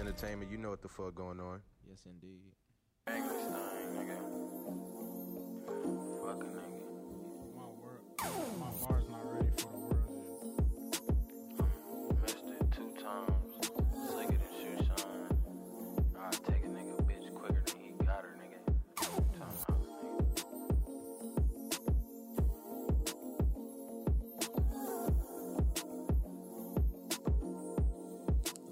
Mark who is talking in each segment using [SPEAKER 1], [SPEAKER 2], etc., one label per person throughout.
[SPEAKER 1] entertainment. You know what the fuck going on.
[SPEAKER 2] Yes, indeed.
[SPEAKER 3] My work, my bar's not ready for the world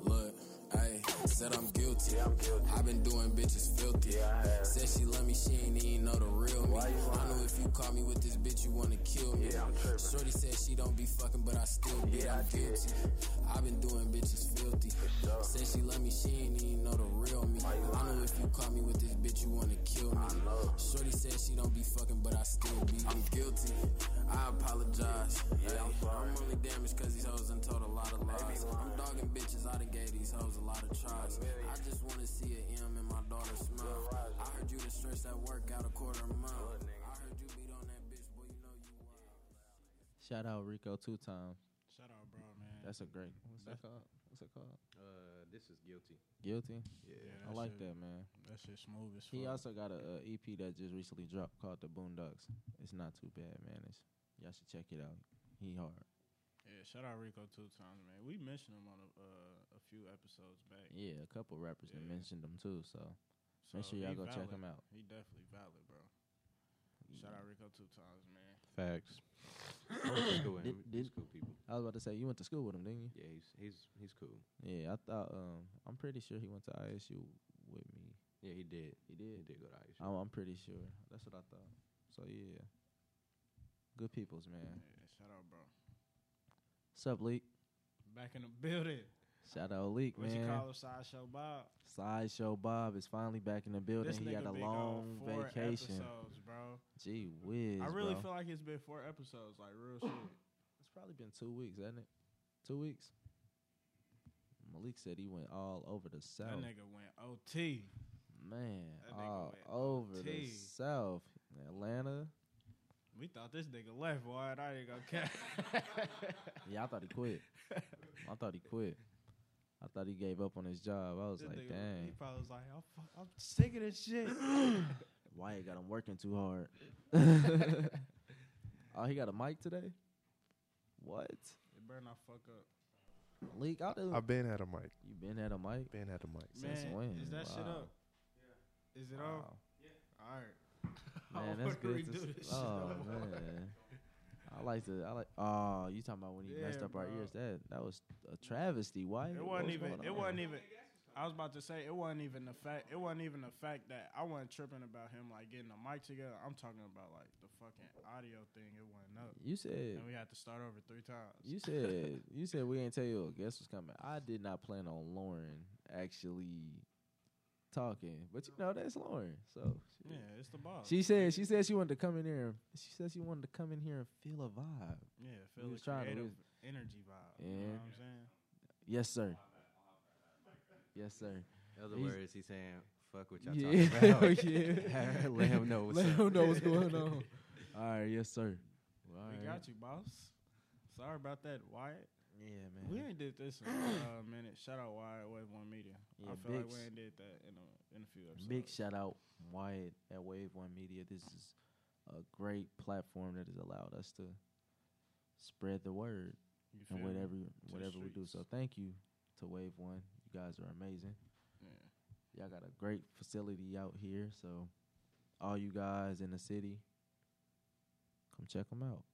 [SPEAKER 4] Look, I said I'm guilty. I'm guilty. I've been doing bitches filthy. Said she love me, she ain't even know the real me. I know if you call me with this bitch, you wanna kill me. Shorty said she don't be fucking, but I still be. I'm guilty. I've been doing bitches filthy. Said she love me, she ain't even know the real me. I know if you call me with this bitch, you wanna kill me. Shorty said she don't be fucking, but I still be. I'm guilty. I apologize. Yeah, I'm, only damaged cause these hoes done told a lot of lies. I'm dogging bitches, I done gave these hoes a lot of tries. I just wanna see an M in my daughter's smile. I heard you done stressed at work out a quarter mile. I heard you beat on that bitch, boy, you know you wild.
[SPEAKER 2] Shout out Rico two times.
[SPEAKER 3] is. Shout out, bro, man.
[SPEAKER 2] That's a great. What's that called? What's it called?
[SPEAKER 1] Uh, this is guilty.
[SPEAKER 2] Guilty.
[SPEAKER 3] yeah,
[SPEAKER 2] I like
[SPEAKER 3] shit,
[SPEAKER 2] that man.
[SPEAKER 3] That shit smooth as fuck.
[SPEAKER 2] He also got a, uh EP that just recently dropped called The Boondocks. It's not too bad, man. It's, y'all should check it out. He hard.
[SPEAKER 3] yeah, shout out Rico two times, man. We mentioned him on a, uh, a few episodes back.
[SPEAKER 2] Yeah, a couple rappers that
[SPEAKER 3] Yeah.
[SPEAKER 2] mentioned him too. So
[SPEAKER 3] So
[SPEAKER 2] Make sure y'all
[SPEAKER 3] he
[SPEAKER 2] go check
[SPEAKER 3] valid.
[SPEAKER 2] him out.
[SPEAKER 3] He definitely valid, bro. Shout out Rico two times, man.
[SPEAKER 1] Facts. cool,
[SPEAKER 2] Did-
[SPEAKER 1] He's
[SPEAKER 2] did-
[SPEAKER 1] cool people.
[SPEAKER 2] I was about to say you went to school with him, didn't you?
[SPEAKER 1] Yeah, he's he's he's cool.
[SPEAKER 2] Yeah, I thought. Um, I'm pretty sure he went to ISU with me.
[SPEAKER 1] Yeah, he did.
[SPEAKER 2] He did.
[SPEAKER 1] He did go to ISU.
[SPEAKER 2] I'm, I'm pretty sure. That's what I thought. So yeah, good peoples, man.
[SPEAKER 3] Yeah, shout out, bro.
[SPEAKER 2] What's up, Leak?
[SPEAKER 3] Back in the building.
[SPEAKER 2] Shout out Leak,
[SPEAKER 3] What
[SPEAKER 2] man.
[SPEAKER 3] you call him, Sideshow Bob?
[SPEAKER 2] Sideshow Bob is finally back in the building.
[SPEAKER 3] This
[SPEAKER 2] he
[SPEAKER 3] nigga
[SPEAKER 2] had a
[SPEAKER 3] been
[SPEAKER 2] long
[SPEAKER 3] gone four
[SPEAKER 2] vacation.
[SPEAKER 3] episodes, bro.
[SPEAKER 2] Gee whiz,
[SPEAKER 3] I really
[SPEAKER 2] bro.
[SPEAKER 3] feel like it's been four episodes, like real shit.
[SPEAKER 2] it's probably been two weeks, hasn't it? Two weeks. Malik said he went all over the
[SPEAKER 3] That
[SPEAKER 2] south.
[SPEAKER 3] nigga went OT.
[SPEAKER 2] man,
[SPEAKER 3] that nigga
[SPEAKER 2] all
[SPEAKER 3] went
[SPEAKER 2] over the
[SPEAKER 3] OT.
[SPEAKER 2] south. Atlanta.
[SPEAKER 3] We thought this nigga left, boy. And I ain't gonna catch.
[SPEAKER 2] Yeah, I thought he quit. I thought he quit. I thought he gave up on his job. I was
[SPEAKER 3] This
[SPEAKER 2] like,
[SPEAKER 3] nigga,
[SPEAKER 2] dang.
[SPEAKER 3] He probably was like, I'm, fu- I'm sick of this shit.
[SPEAKER 2] Why you got him working too hard? oh, he got a mic today? What?
[SPEAKER 3] it better not fuck up.
[SPEAKER 2] Leak, I do.
[SPEAKER 5] I've been at a mic.
[SPEAKER 2] you been at a mic?
[SPEAKER 5] Been at a mic.
[SPEAKER 2] Since
[SPEAKER 3] Man,
[SPEAKER 2] when?
[SPEAKER 3] is that shit
[SPEAKER 2] Wow.
[SPEAKER 3] up? Yeah. Is it
[SPEAKER 2] Wow.
[SPEAKER 3] up? All right.
[SPEAKER 2] Oh, Man,
[SPEAKER 3] I
[SPEAKER 2] that's
[SPEAKER 3] wanna
[SPEAKER 2] good.
[SPEAKER 3] redo
[SPEAKER 2] To,
[SPEAKER 3] this
[SPEAKER 2] s-
[SPEAKER 3] shit
[SPEAKER 2] oh
[SPEAKER 3] no more.
[SPEAKER 2] man, I like to. I like. Oh, you talking about when he
[SPEAKER 3] Yeah,
[SPEAKER 2] messed up our
[SPEAKER 3] bro.
[SPEAKER 2] ears? That that was a travesty. Why?
[SPEAKER 3] It wasn't even. It wasn't even. I was about to say it wasn't even the fact. It wasn't even the fact that I wasn't tripping about him like getting the mic together. I'm talking about like the fucking audio thing. It wasn't up,
[SPEAKER 2] You
[SPEAKER 3] and
[SPEAKER 2] said.
[SPEAKER 3] we had to start over three times.
[SPEAKER 2] You said. you said we ain't tell you a guest was coming. I did not plan on Lauren actually talking, but you know that's Lauren. So
[SPEAKER 3] yeah, it's the boss.
[SPEAKER 2] She said she said she wanted to come in here. She said she wanted to come in here and feel a vibe.
[SPEAKER 3] yeah,
[SPEAKER 2] we
[SPEAKER 3] feel the
[SPEAKER 2] was trying to- we
[SPEAKER 3] creative energy vibe. You
[SPEAKER 2] Yeah.
[SPEAKER 3] know what I'm saying?
[SPEAKER 2] Yes, sir. Yes, sir.
[SPEAKER 1] In other
[SPEAKER 2] He's-
[SPEAKER 1] words, he's saying, fuck what y'all
[SPEAKER 2] Yeah. Oh,
[SPEAKER 1] talking about.
[SPEAKER 2] Yeah.
[SPEAKER 1] Let him know what's
[SPEAKER 2] Let
[SPEAKER 1] up.
[SPEAKER 2] him know what's going on. All right, yes, sir. All
[SPEAKER 3] We got you, boss. Sorry about that, Wyatt.
[SPEAKER 2] Yeah, man.
[SPEAKER 3] We ain't did this in a uh, minute. Shout out Wyatt Wave One Media.
[SPEAKER 2] Yeah,
[SPEAKER 3] I feel
[SPEAKER 2] big
[SPEAKER 3] like we
[SPEAKER 2] s-
[SPEAKER 3] ain't did that in a in a few episodes.
[SPEAKER 2] Big shout out Wyatt at Wave One Media. This is a great platform that has allowed us to spread the word
[SPEAKER 3] You feel
[SPEAKER 2] and
[SPEAKER 3] me?
[SPEAKER 2] whatever
[SPEAKER 3] the
[SPEAKER 2] whatever we do.
[SPEAKER 3] streets.
[SPEAKER 2] So thank you to Wave One. You guys are amazing.
[SPEAKER 3] Yeah.
[SPEAKER 2] Y'all got a great facility out here, so all you guys in the city, come check them out.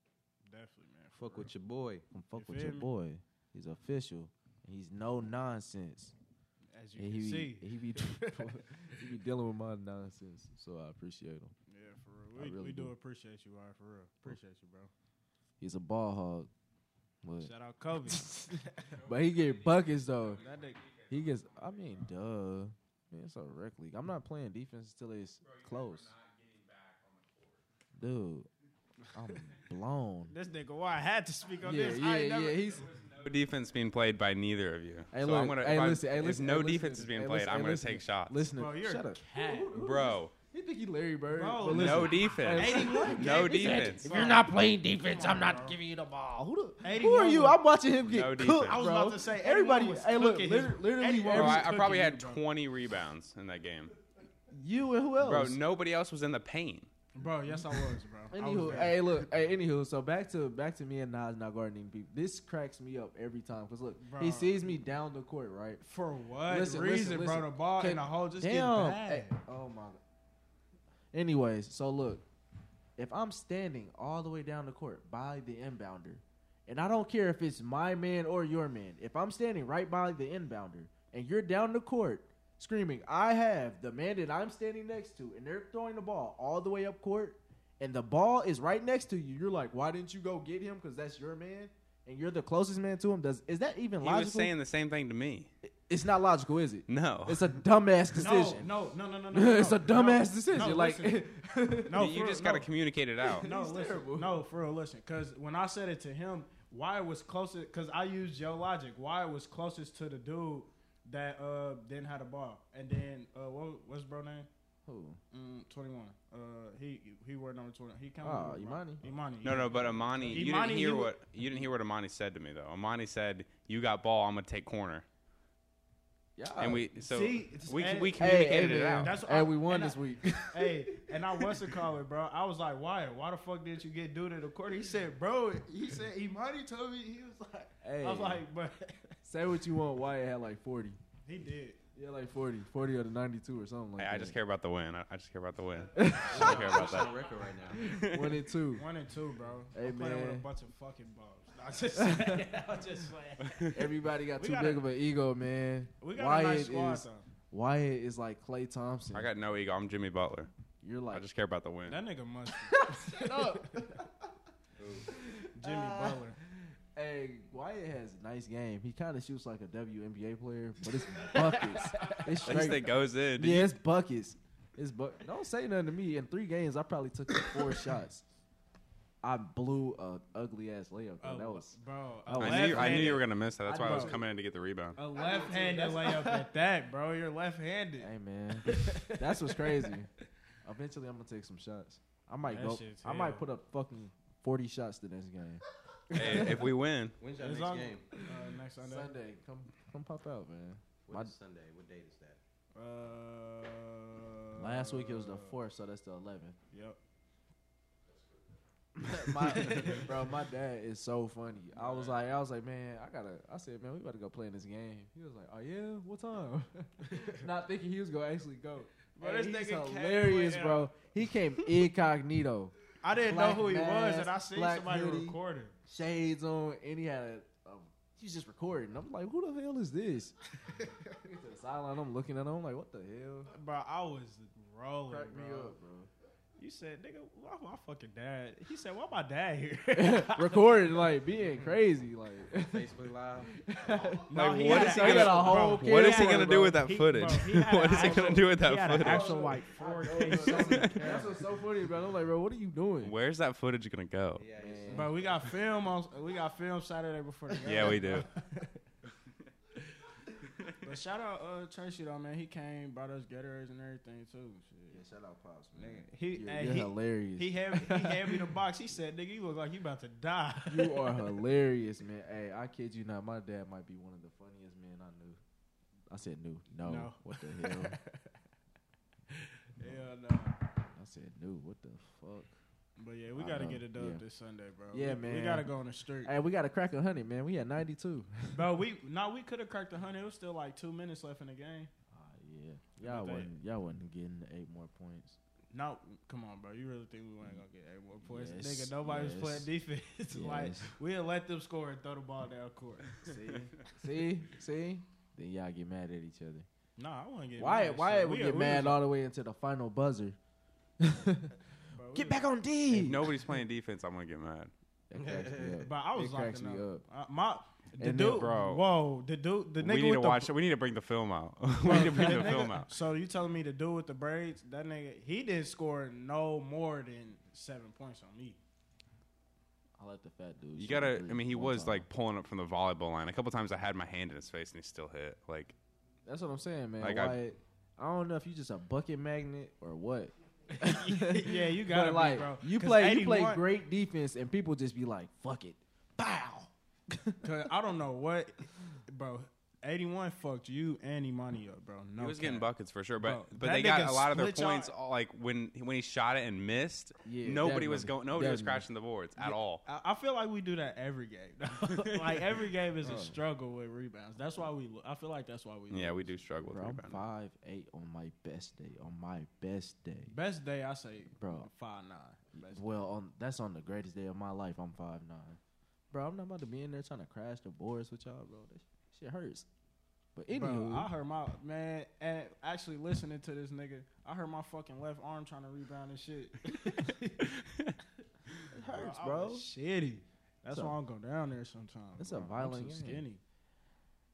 [SPEAKER 3] Definitely, man.
[SPEAKER 1] Fuck with your boy.
[SPEAKER 2] Come fuck
[SPEAKER 3] You
[SPEAKER 2] with your
[SPEAKER 3] feel me?
[SPEAKER 2] boy. He's official. And he's no nonsense.
[SPEAKER 3] you. As you
[SPEAKER 2] and
[SPEAKER 3] can
[SPEAKER 2] he
[SPEAKER 3] see.
[SPEAKER 2] be, he be he be dealing with my nonsense, so I appreciate him.
[SPEAKER 3] Yeah, for real.
[SPEAKER 2] I
[SPEAKER 3] We,
[SPEAKER 2] really
[SPEAKER 3] we do
[SPEAKER 2] do.
[SPEAKER 3] appreciate you, Wyatt, for real. Appreciate you, bro.
[SPEAKER 2] He's a ball hog, but
[SPEAKER 3] Shout out Kobe.
[SPEAKER 2] but he get buckets though.
[SPEAKER 3] that nigga.
[SPEAKER 2] He gets. I mean, duh. Man, it's a rec league. I'm not playing defense until it's close. Dude, I'm blown.
[SPEAKER 3] This nigga Wyatt had to speak on
[SPEAKER 2] Yeah,
[SPEAKER 3] this. I
[SPEAKER 2] yeah,
[SPEAKER 3] ain't never,
[SPEAKER 2] yeah. He's
[SPEAKER 6] No defense being played by neither of you.
[SPEAKER 2] Hey,
[SPEAKER 6] so
[SPEAKER 2] look,
[SPEAKER 6] I'm gonna,
[SPEAKER 2] hey,
[SPEAKER 6] if I'm-
[SPEAKER 2] listen, hey,
[SPEAKER 6] if
[SPEAKER 2] listen,
[SPEAKER 6] no
[SPEAKER 2] hey, listen,
[SPEAKER 6] defense is being
[SPEAKER 2] hey,
[SPEAKER 6] played,
[SPEAKER 2] listen,
[SPEAKER 6] I'm
[SPEAKER 2] hey,
[SPEAKER 6] going to
[SPEAKER 2] listen.
[SPEAKER 6] take shots.
[SPEAKER 2] Listen,
[SPEAKER 3] Bro, you're
[SPEAKER 2] shut
[SPEAKER 3] a
[SPEAKER 2] up.
[SPEAKER 3] cat.
[SPEAKER 6] Bro,
[SPEAKER 2] He think he Larry Bird.
[SPEAKER 3] Bro,
[SPEAKER 2] but
[SPEAKER 6] No
[SPEAKER 2] listen,
[SPEAKER 6] defense.
[SPEAKER 3] 81
[SPEAKER 6] No
[SPEAKER 3] games.
[SPEAKER 6] defense.
[SPEAKER 3] If you're not
[SPEAKER 2] playing defense,
[SPEAKER 3] I'm not
[SPEAKER 2] giving you the ball. Who, the, who
[SPEAKER 3] 81
[SPEAKER 2] are you?
[SPEAKER 3] was-
[SPEAKER 2] I'm watching him get
[SPEAKER 6] No
[SPEAKER 2] cooked.
[SPEAKER 6] defense.
[SPEAKER 2] Bro.
[SPEAKER 6] I
[SPEAKER 3] was about to say,
[SPEAKER 2] everybody.
[SPEAKER 3] 81 was
[SPEAKER 2] Hey, look,
[SPEAKER 3] cooking
[SPEAKER 2] liter-
[SPEAKER 3] him.
[SPEAKER 2] literally,
[SPEAKER 3] Eighty-
[SPEAKER 6] Bro,
[SPEAKER 2] every-
[SPEAKER 6] I, I probably
[SPEAKER 3] cooking
[SPEAKER 6] had
[SPEAKER 3] you, bro.
[SPEAKER 6] 20 rebounds in that game.
[SPEAKER 2] you and who else?
[SPEAKER 6] Bro, nobody else was in the paint.
[SPEAKER 3] Bro, yes, I was, bro. I was
[SPEAKER 2] Anywho,
[SPEAKER 3] there.
[SPEAKER 2] hey, look, hey, anywho, so back to back to me and Nas not guarding people. This cracks me up every time because look, he
[SPEAKER 3] Bro.
[SPEAKER 2] sees me down the court, right?
[SPEAKER 3] For what
[SPEAKER 2] Listen,
[SPEAKER 3] reason,
[SPEAKER 2] listen,
[SPEAKER 3] bro?
[SPEAKER 2] listen.
[SPEAKER 3] The ball
[SPEAKER 2] Can-
[SPEAKER 3] in the hole just
[SPEAKER 2] Damn.
[SPEAKER 3] get bad.
[SPEAKER 2] Hey, oh my god. Anyways, so look, if I'm standing all the way down the court by the inbounder, and I don't care if it's my man or your man, if I'm standing right by the inbounder and you're down the court screaming, I have the man that I'm standing next to, and they're throwing the ball all the way up court, and the ball is right next to you, you're like, why didn't you go get him? Because that's your man. And you're the closest man to him. Does is that even
[SPEAKER 6] He
[SPEAKER 2] logical?
[SPEAKER 6] was saying the same thing to me.
[SPEAKER 2] it's not logical, is it?
[SPEAKER 6] No.
[SPEAKER 2] It's a dumbass decision.
[SPEAKER 3] No, no, no, no, no. no
[SPEAKER 2] it's a
[SPEAKER 3] no,
[SPEAKER 2] dumbass
[SPEAKER 3] no,
[SPEAKER 2] decision.
[SPEAKER 3] No,
[SPEAKER 2] like,
[SPEAKER 3] listen. no,
[SPEAKER 6] you
[SPEAKER 3] for
[SPEAKER 6] just
[SPEAKER 3] real,
[SPEAKER 6] got to communicate it out.
[SPEAKER 3] No,
[SPEAKER 2] He's
[SPEAKER 3] no listen.
[SPEAKER 2] terrible.
[SPEAKER 3] No, for real, listen. Because when I said it to him, why it was closest? Because I used your logic. Why it was closest to the dude that uh didn't have the ball, and then uh what what's bro name?
[SPEAKER 2] Who?
[SPEAKER 3] Mm, Twenty one. Uh, he he wore number twenty. He counted.
[SPEAKER 2] Oh,
[SPEAKER 3] with the
[SPEAKER 2] Imani.
[SPEAKER 3] ball. Imani.
[SPEAKER 6] No,
[SPEAKER 3] yeah.
[SPEAKER 6] no, but Amani, you
[SPEAKER 3] Imani,
[SPEAKER 6] didn't hear
[SPEAKER 3] you-
[SPEAKER 6] what you didn't hear what Amani said to me though. Amani said, "You got ball, I'm gonna take corner,"
[SPEAKER 2] Yeah.
[SPEAKER 6] and we
[SPEAKER 2] Oh,
[SPEAKER 6] so
[SPEAKER 3] see, it's-
[SPEAKER 6] we
[SPEAKER 3] and-
[SPEAKER 6] we
[SPEAKER 3] Hey,
[SPEAKER 6] communicated it
[SPEAKER 2] man.
[SPEAKER 6] out.
[SPEAKER 3] That's what
[SPEAKER 2] Hey,
[SPEAKER 3] I-
[SPEAKER 2] we won
[SPEAKER 3] and I-
[SPEAKER 2] this week.
[SPEAKER 3] hey, and I was to call it, bro. I was like, why? Why the fuck did you get dude to the court? He said, bro. He said Imani told me he was like.
[SPEAKER 2] Hey.
[SPEAKER 3] I was like, but
[SPEAKER 2] Say what you want. Wyatt had like 40.
[SPEAKER 3] he did.
[SPEAKER 2] Yeah, like 40. 40 out of 92 or something like
[SPEAKER 6] Hey,
[SPEAKER 2] that.
[SPEAKER 6] I just care about the win. I, I just care about the win. I don't care about
[SPEAKER 1] on
[SPEAKER 6] that.
[SPEAKER 1] record right now.
[SPEAKER 2] One and two.
[SPEAKER 3] One and two, bro.
[SPEAKER 2] Hey,
[SPEAKER 3] I'm playing with a
[SPEAKER 2] man.
[SPEAKER 3] bunch of fucking balls. I just, I just playing.
[SPEAKER 2] Everybody got
[SPEAKER 3] We
[SPEAKER 2] too
[SPEAKER 3] got
[SPEAKER 2] big
[SPEAKER 3] a-
[SPEAKER 2] of an ego, man.
[SPEAKER 3] We got
[SPEAKER 2] Wyatt
[SPEAKER 3] a nice squad,
[SPEAKER 2] is
[SPEAKER 3] though.
[SPEAKER 2] Wyatt is like Clay Thompson.
[SPEAKER 6] I got no ego. I'm Jimmy Butler.
[SPEAKER 2] You're
[SPEAKER 6] I
[SPEAKER 2] like
[SPEAKER 6] just care about the win.
[SPEAKER 3] That nigga must. Jimmy Butler.
[SPEAKER 2] Hey, Wyatt has a nice game. He kind of shoots like a WNBA player, but it's buckets. it's
[SPEAKER 6] At least
[SPEAKER 2] straight.
[SPEAKER 6] it goes in.
[SPEAKER 2] Yeah, it's buckets. It's bu- Don't say nothing to me. In three games, I probably took like four shots. I blew a ugly ass layup. though.
[SPEAKER 3] Oh,
[SPEAKER 2] that was
[SPEAKER 3] bro.
[SPEAKER 2] I
[SPEAKER 3] A
[SPEAKER 6] I knew, I knew you
[SPEAKER 3] left-handed-
[SPEAKER 6] were gonna miss that. That's
[SPEAKER 2] I
[SPEAKER 6] why I was
[SPEAKER 2] know.
[SPEAKER 6] coming in to get the rebound.
[SPEAKER 3] A left-handed layup at that, bro. You're left-handed.
[SPEAKER 2] Hey man, that's what's crazy. Eventually, I'm gonna take some shots. I might
[SPEAKER 3] That
[SPEAKER 2] go.
[SPEAKER 3] shit's
[SPEAKER 2] I might
[SPEAKER 3] hell.
[SPEAKER 2] put up fucking forty shots the next game.
[SPEAKER 6] hey, if we win,
[SPEAKER 1] When's your
[SPEAKER 3] As
[SPEAKER 1] next
[SPEAKER 3] long-
[SPEAKER 1] game?
[SPEAKER 3] Uh, next Sunday.
[SPEAKER 2] Sunday, come come pop out, man.
[SPEAKER 1] What
[SPEAKER 2] My-
[SPEAKER 1] is Sunday? What date is that?
[SPEAKER 3] Uh,
[SPEAKER 2] Last week it was the fourth, so that's the eleventh.
[SPEAKER 3] Yep.
[SPEAKER 2] my, bro, my dad is so funny. I was like, I was like, man, I gotta. I said, man, we about to go play in this game. He was like, oh yeah, what time? Not thinking he was gonna actually go.
[SPEAKER 3] Bro,
[SPEAKER 2] Bro,
[SPEAKER 3] this
[SPEAKER 2] he's
[SPEAKER 3] nigga came
[SPEAKER 2] hilarious,
[SPEAKER 3] with-
[SPEAKER 2] bro. He came incognito,
[SPEAKER 3] I didn't
[SPEAKER 2] Black
[SPEAKER 3] know who he was,
[SPEAKER 2] mask,
[SPEAKER 3] and I seen
[SPEAKER 2] black
[SPEAKER 3] somebody
[SPEAKER 2] hoodie.
[SPEAKER 3] recording.
[SPEAKER 2] shades on, and he had a. Um, he was just recording. I'm like, who the hell is this? Get to the sideline, I'm looking at him. I'm like, what the hell?
[SPEAKER 3] Bro, I was rolling,
[SPEAKER 2] Crack me
[SPEAKER 3] bro.
[SPEAKER 2] up,
[SPEAKER 3] You said, nigga, why my fucking dad? He said, why my dad here?
[SPEAKER 2] bro. Recording, like being crazy, like.
[SPEAKER 1] Facebook Live.
[SPEAKER 3] No,
[SPEAKER 6] Like,
[SPEAKER 3] he
[SPEAKER 6] what
[SPEAKER 3] had
[SPEAKER 6] is
[SPEAKER 3] a-
[SPEAKER 6] he
[SPEAKER 3] had
[SPEAKER 6] gonna-
[SPEAKER 3] a whole
[SPEAKER 2] bro,
[SPEAKER 6] what is he
[SPEAKER 3] camera,
[SPEAKER 6] gonna do
[SPEAKER 2] bro.
[SPEAKER 6] with that
[SPEAKER 3] He-
[SPEAKER 6] footage?
[SPEAKER 3] bro, he had
[SPEAKER 6] What
[SPEAKER 3] an
[SPEAKER 6] is he gonna
[SPEAKER 3] actual-
[SPEAKER 6] do with
[SPEAKER 3] he
[SPEAKER 6] that
[SPEAKER 3] had an
[SPEAKER 6] footage?
[SPEAKER 3] actual like
[SPEAKER 2] Hey,
[SPEAKER 3] 4K.
[SPEAKER 2] that's,
[SPEAKER 3] something.
[SPEAKER 2] that's what's so funny, bro. I'm like, bro, what are you doing?
[SPEAKER 6] Where's that footage gonna go?
[SPEAKER 1] Yeah, you
[SPEAKER 2] Man.
[SPEAKER 1] said-
[SPEAKER 3] Bro, we got film on. We got film Saturday before the game.
[SPEAKER 6] Yeah, we do.
[SPEAKER 3] But shout out uh, Tracy though, man. He came, brought us Gatorades and everything too.
[SPEAKER 1] Yeah,
[SPEAKER 3] Shit.
[SPEAKER 1] shout out Pops, man.
[SPEAKER 3] Nigga, he
[SPEAKER 2] You're,
[SPEAKER 3] hey,
[SPEAKER 2] you're
[SPEAKER 3] he,
[SPEAKER 2] hilarious.
[SPEAKER 3] he had he had me the box. He said, "Nigga, you look like you about to die."
[SPEAKER 2] you are hilarious, man. Hey, I kid you not. My dad might be one of the funniest men I knew. I said knew. No.
[SPEAKER 3] No.
[SPEAKER 2] What the hell?
[SPEAKER 3] Hell no.
[SPEAKER 2] I said knew. What the fuck?
[SPEAKER 3] But yeah, we
[SPEAKER 2] I
[SPEAKER 3] gotta
[SPEAKER 2] know.
[SPEAKER 3] get it done
[SPEAKER 2] Yeah.
[SPEAKER 3] this Sunday, bro.
[SPEAKER 2] Yeah,
[SPEAKER 3] we, We
[SPEAKER 2] man.
[SPEAKER 3] gotta go on the street,
[SPEAKER 2] Hey, we got to crack a hundred, man. We had ninety two.
[SPEAKER 3] bro. We no, we could have cracked the hundred. It was still like two minutes left in the game.
[SPEAKER 2] Ah, yeah. Y'all
[SPEAKER 3] About that.
[SPEAKER 2] wasn't. Y'all wasn't getting eight more points.
[SPEAKER 3] No, come on, bro. You really think we weren't gonna get eight more points?
[SPEAKER 2] Yes,
[SPEAKER 3] Nigga, nobody was
[SPEAKER 2] yes,
[SPEAKER 3] playing defense. like
[SPEAKER 2] yes.
[SPEAKER 3] we'll let them score and throw the ball down court.
[SPEAKER 2] See, see, see. Then y'all get mad at each other.
[SPEAKER 3] Nah, I want to get
[SPEAKER 2] Why?
[SPEAKER 3] mad.
[SPEAKER 2] Why
[SPEAKER 3] Shit,
[SPEAKER 2] we
[SPEAKER 3] we-
[SPEAKER 2] get
[SPEAKER 3] we
[SPEAKER 2] mad
[SPEAKER 3] was-
[SPEAKER 2] all the way into the final buzzer?
[SPEAKER 3] bro, we
[SPEAKER 2] Get
[SPEAKER 3] was-
[SPEAKER 2] back on D.
[SPEAKER 6] If nobody's playing defense, I'm gonna get mad.
[SPEAKER 2] That cracks me up.
[SPEAKER 3] But I was
[SPEAKER 2] It cracks
[SPEAKER 3] locking
[SPEAKER 2] me
[SPEAKER 3] up.
[SPEAKER 2] up.
[SPEAKER 3] Uh, my the
[SPEAKER 2] And then-
[SPEAKER 3] dude,
[SPEAKER 6] Bro.
[SPEAKER 3] Whoa, the dude, the nigga
[SPEAKER 6] we need
[SPEAKER 3] with
[SPEAKER 6] to
[SPEAKER 3] the
[SPEAKER 6] watch. We need to bring the film out. we need to bring the
[SPEAKER 3] That
[SPEAKER 6] film
[SPEAKER 3] nigga-
[SPEAKER 6] out.
[SPEAKER 3] So you telling me the dude with the braids, that nigga, he didn't score no more than seven points on me.
[SPEAKER 2] I let the fat dude.
[SPEAKER 6] You
[SPEAKER 2] shoot
[SPEAKER 6] gotta.
[SPEAKER 2] three
[SPEAKER 6] I mean, he
[SPEAKER 2] one
[SPEAKER 6] was
[SPEAKER 2] time.
[SPEAKER 6] like pulling up from the volleyball line. A couple times I had my hand in his face and he still hit. Like
[SPEAKER 2] That's what I'm saying, man.
[SPEAKER 6] Like, I-
[SPEAKER 2] Why? I, don't know if you just a bucket magnet or what,
[SPEAKER 3] yeah, you got
[SPEAKER 2] But
[SPEAKER 3] to
[SPEAKER 2] like
[SPEAKER 3] bro.
[SPEAKER 2] you
[SPEAKER 3] 'Cause
[SPEAKER 2] play, you play
[SPEAKER 3] 81
[SPEAKER 2] great defense, and people just be like, "Fuck it, bow."
[SPEAKER 3] Cause I don't know what, bro. Eighty one fucked you and Imani up, bro. No,
[SPEAKER 6] he was getting
[SPEAKER 3] cap.
[SPEAKER 6] buckets for sure, but
[SPEAKER 3] Bro,
[SPEAKER 6] but
[SPEAKER 3] that
[SPEAKER 6] they got
[SPEAKER 3] nigga
[SPEAKER 6] a lot of their
[SPEAKER 3] split y'all-
[SPEAKER 6] points. All, like when when he shot it and missed,
[SPEAKER 2] Yeah,
[SPEAKER 6] nobody was
[SPEAKER 2] definitely,
[SPEAKER 6] going, nobody was
[SPEAKER 2] definitely.
[SPEAKER 6] crashing the boards at all.
[SPEAKER 3] I, I feel like we do that every game. Oh. like every game is a struggle with rebounds. That's why we. lo- I feel like that's why we.
[SPEAKER 6] Yeah,
[SPEAKER 3] lose.
[SPEAKER 6] we do struggle with
[SPEAKER 2] Bro, I'm
[SPEAKER 6] rebounding.
[SPEAKER 2] five eight on my best day. On my best day,
[SPEAKER 3] Best day I say,
[SPEAKER 2] Bro.
[SPEAKER 3] five nine. Best
[SPEAKER 2] well, on that's on the greatest day of my life. I'm five nine, bro. I'm not about to be in there trying to crash the boards with y'all, bro. That sh- shit hurts. But anywho,
[SPEAKER 3] Bro, I heard my man and actually listening to this nigga. I heard my fucking left arm trying to rebound and shit.
[SPEAKER 2] it hurts,
[SPEAKER 3] I
[SPEAKER 2] bro.
[SPEAKER 3] was Shitty. That's
[SPEAKER 2] It's a-
[SPEAKER 3] why I don't go down there sometimes.
[SPEAKER 2] it's a
[SPEAKER 3] bro. I'm
[SPEAKER 2] violent
[SPEAKER 3] too
[SPEAKER 2] game.
[SPEAKER 3] skinny,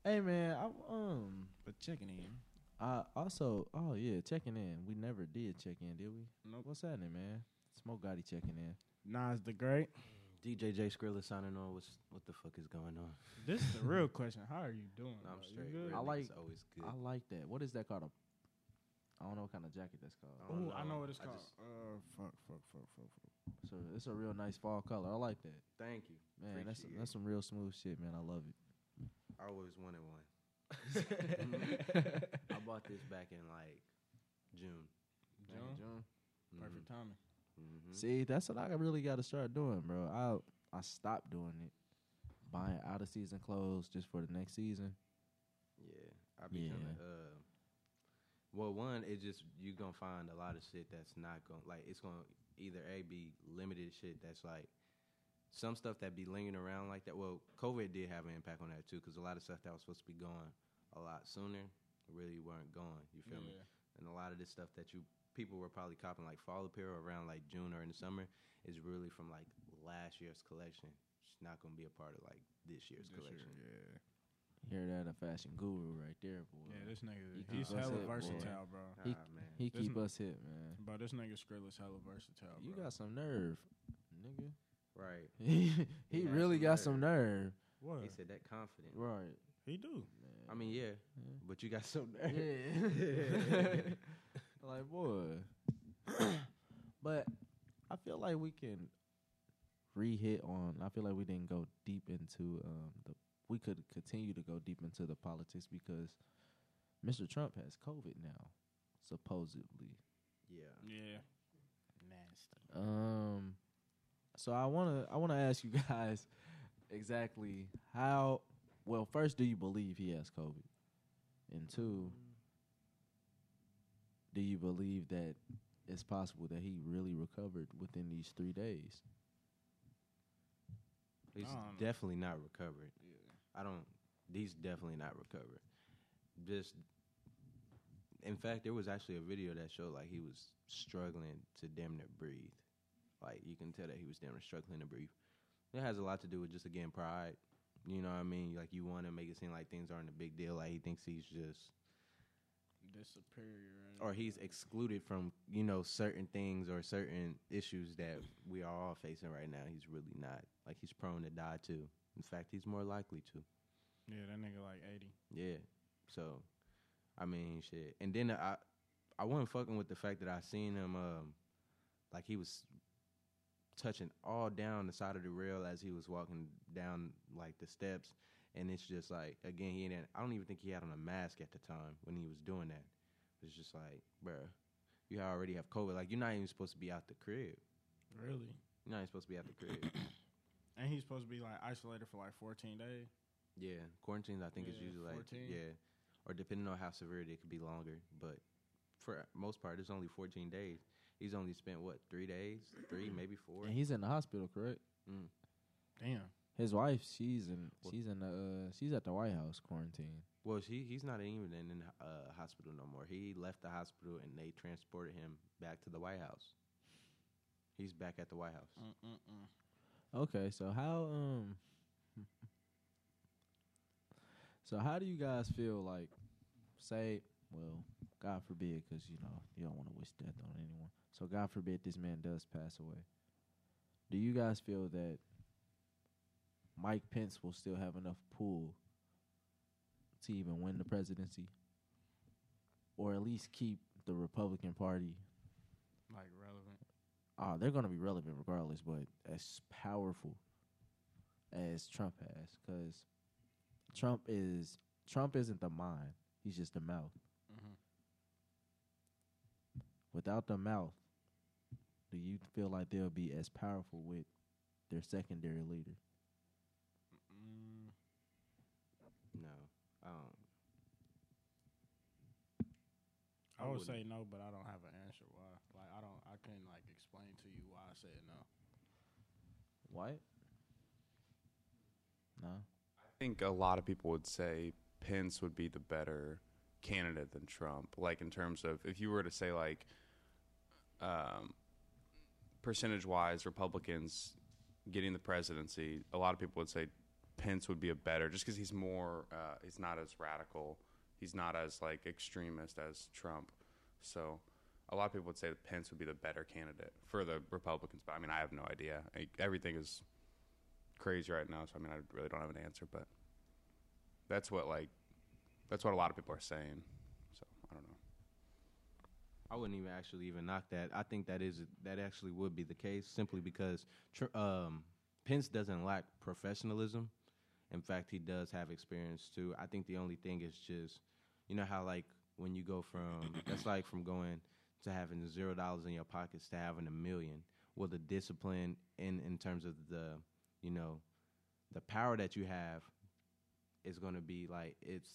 [SPEAKER 2] Hey man, I um,
[SPEAKER 3] but checking in.
[SPEAKER 2] I also oh yeah, checking in. We never did check in, did we?
[SPEAKER 3] Nope.
[SPEAKER 2] What's happening, man? Smoke Gotti checking in.
[SPEAKER 3] Nas the Great.
[SPEAKER 5] DJ J Skrilla signing on. What's what the fuck is going on?
[SPEAKER 3] This is the real question. How are you doing?
[SPEAKER 5] I'm
[SPEAKER 3] bro? You
[SPEAKER 5] straight.
[SPEAKER 3] good?
[SPEAKER 5] Real
[SPEAKER 2] Uh, I
[SPEAKER 5] niggas
[SPEAKER 2] like-
[SPEAKER 5] always good.
[SPEAKER 2] I like that. What is that called? A, I don't know what kind of jacket that's
[SPEAKER 5] I
[SPEAKER 2] called.
[SPEAKER 5] don't
[SPEAKER 3] Ooh, Oh, I know what it's
[SPEAKER 5] I
[SPEAKER 3] called.
[SPEAKER 5] just-
[SPEAKER 3] Uh, fuck, fuck, fuck, fuck, fuck.
[SPEAKER 2] So it's a real nice fall color. I like that.
[SPEAKER 5] Thank you.
[SPEAKER 2] Man, that's
[SPEAKER 5] Appreciate
[SPEAKER 2] that's some real smooth shit, man. I love it.
[SPEAKER 5] I always wanted one. I bought this back in like June.
[SPEAKER 2] Back in
[SPEAKER 3] June?
[SPEAKER 2] June.
[SPEAKER 3] Perfect timing.
[SPEAKER 5] Mm-hmm.
[SPEAKER 2] See, that's what I really got to start doing, bro. I I stopped doing it, buying out of season clothes just for the next season.
[SPEAKER 5] Yeah, I be
[SPEAKER 2] Yeah.
[SPEAKER 5] kind of. Uh, well, one, it's just you gonna find a lot of shit that's not gonna like. It's gonna either a be limited shit that's like some stuff that be lingering around like that. Well, COVID did have an impact on that too, because a lot of stuff that was supposed to be going a lot sooner really weren't going. You
[SPEAKER 3] Mm-hmm.
[SPEAKER 5] feel me?
[SPEAKER 3] Yeah.
[SPEAKER 5] and a lot of this stuff that you people were probably copping like fall apparel around like June or in the summer is really from like last year's collection. It's not gonna be a part of like this year's
[SPEAKER 3] This year,
[SPEAKER 5] collection.
[SPEAKER 3] yeah.
[SPEAKER 2] Hear that, a fashion guru right there, boy.
[SPEAKER 3] Yeah, this
[SPEAKER 2] You
[SPEAKER 3] nigga,
[SPEAKER 2] keep
[SPEAKER 3] he's
[SPEAKER 2] us
[SPEAKER 3] hella
[SPEAKER 2] up, boy.
[SPEAKER 3] versatile, bro.
[SPEAKER 2] He-
[SPEAKER 5] Ah, man.
[SPEAKER 2] he
[SPEAKER 3] this
[SPEAKER 2] keep
[SPEAKER 3] n-
[SPEAKER 2] us hit, man.
[SPEAKER 3] Bro, this nigga Skrill is hella versatile,
[SPEAKER 2] You
[SPEAKER 3] bro.
[SPEAKER 2] got some nerve, nigga.
[SPEAKER 5] right.
[SPEAKER 2] He he
[SPEAKER 5] got
[SPEAKER 2] really
[SPEAKER 5] some
[SPEAKER 2] got
[SPEAKER 5] nerve.
[SPEAKER 2] some nerve,
[SPEAKER 3] what?
[SPEAKER 5] He said that confident.
[SPEAKER 2] right?
[SPEAKER 3] He do.
[SPEAKER 5] I mean, yeah,
[SPEAKER 2] Yeah.
[SPEAKER 5] but you got some
[SPEAKER 2] Yeah.
[SPEAKER 5] nerve.
[SPEAKER 2] like, boy. but I feel like we can re-hit on. I feel like we didn't go deep into um the we could continue to go deep into the politics because Mr. Trump has COVID now, supposedly.
[SPEAKER 5] Yeah.
[SPEAKER 3] Yeah. Nasty.
[SPEAKER 2] Um so I want to I want to ask you guys exactly how well first do you believe he has COVID? And two, do you believe that it's possible that he really recovered within these 3 days?
[SPEAKER 5] He's
[SPEAKER 3] Um,
[SPEAKER 5] definitely not recovered.
[SPEAKER 3] Yeah.
[SPEAKER 5] I don't. He's definitely not recovered. Just, in fact, there was actually a video that showed like he was struggling to damn near breathe. Like you can tell that he was damn near struggling to breathe. It has a lot to do with just again pride. You know what I mean? Like you want to make it seem like things aren't a big deal. Like he thinks he's just,
[SPEAKER 3] This superior.
[SPEAKER 5] or he's excluded from you know certain things or certain issues that we are all facing right now. He's really not. Like he's prone to die too. In fact, he's more likely to.
[SPEAKER 3] Yeah, that nigga like 80.
[SPEAKER 5] Yeah. So, I mean, shit. And then I, I wasn't fucking with the fact that I seen him, um, like he was touching all down the side of the rail as he was walking down like the steps, and it's just like again he didn't. I don't even think he had on a mask at the time when he was doing that. It's just like, bruh, you already have COVID. Like you're not even supposed to be out the crib.
[SPEAKER 3] Really?
[SPEAKER 5] You're not even supposed to be out the crib.
[SPEAKER 3] And he's supposed to be like isolated for like 14 days.
[SPEAKER 5] Yeah, quarantines I think is
[SPEAKER 3] Yeah,
[SPEAKER 5] usually like
[SPEAKER 3] 14.
[SPEAKER 5] yeah, or depending on how severe it, it could be longer. But for most part, it's only 14 days. He's only spent what three days, three maybe four.
[SPEAKER 2] And he's in the hospital, correct?
[SPEAKER 5] Mm.
[SPEAKER 3] Damn.
[SPEAKER 2] His wife, she's in
[SPEAKER 5] Well-
[SPEAKER 2] she's in the uh, she's at the White House quarantine.
[SPEAKER 5] Well, she he's not even in in uh, hospital no more. He left the hospital and they transported him back to the White House. He's back at the White House.
[SPEAKER 3] Mm-mm-mm.
[SPEAKER 2] Okay, so how um So how do you guys feel like say well, God forbid cuz you know, you don't want to wish death on anyone. So God forbid this man does pass away. Do you guys feel that Mike Pence will still have enough pull to even win the presidency or at least keep the Republican party
[SPEAKER 3] like relevant.
[SPEAKER 2] Oh, they're gonna be relevant regardless, but as powerful as Trump has, because Trump is Trump isn't the mind; he's just the mouth.
[SPEAKER 3] Mhm.
[SPEAKER 2] Without the mouth, do you feel like they'll be as powerful with their secondary leader?
[SPEAKER 3] Mm,
[SPEAKER 5] No, I don't.
[SPEAKER 3] I would say no, but I don't have an answer why. Like I don't, I couldn't like explain to you why I said no.
[SPEAKER 2] What? No.
[SPEAKER 6] I think a lot of people would say Pence would be the better candidate than Trump. Like in terms of if you were to say like um, percentage wise, Republicans getting the presidency, a lot of people would say Pence would be a better just because he's more uh, he's not as radical, he's not as like extremist as Trump. So a lot of people would say that Pence would be the better candidate for the Republicans. But I mean, I have no idea. Like, everything is crazy right now, so I mean, I really don't have an answer, but that's what like that's what a lot of people are saying. So I don't know.
[SPEAKER 5] I wouldn't even actually even knock that. I think that is that actually would be the case simply because tr- um, Pence doesn't lack professionalism. In fact, he does have experience too. I think the only thing is just, you know how like when you go from that's like from going to having zero dollars in your pockets to having a million. Well, the discipline in in terms of the you know the power that you have is going to be like it's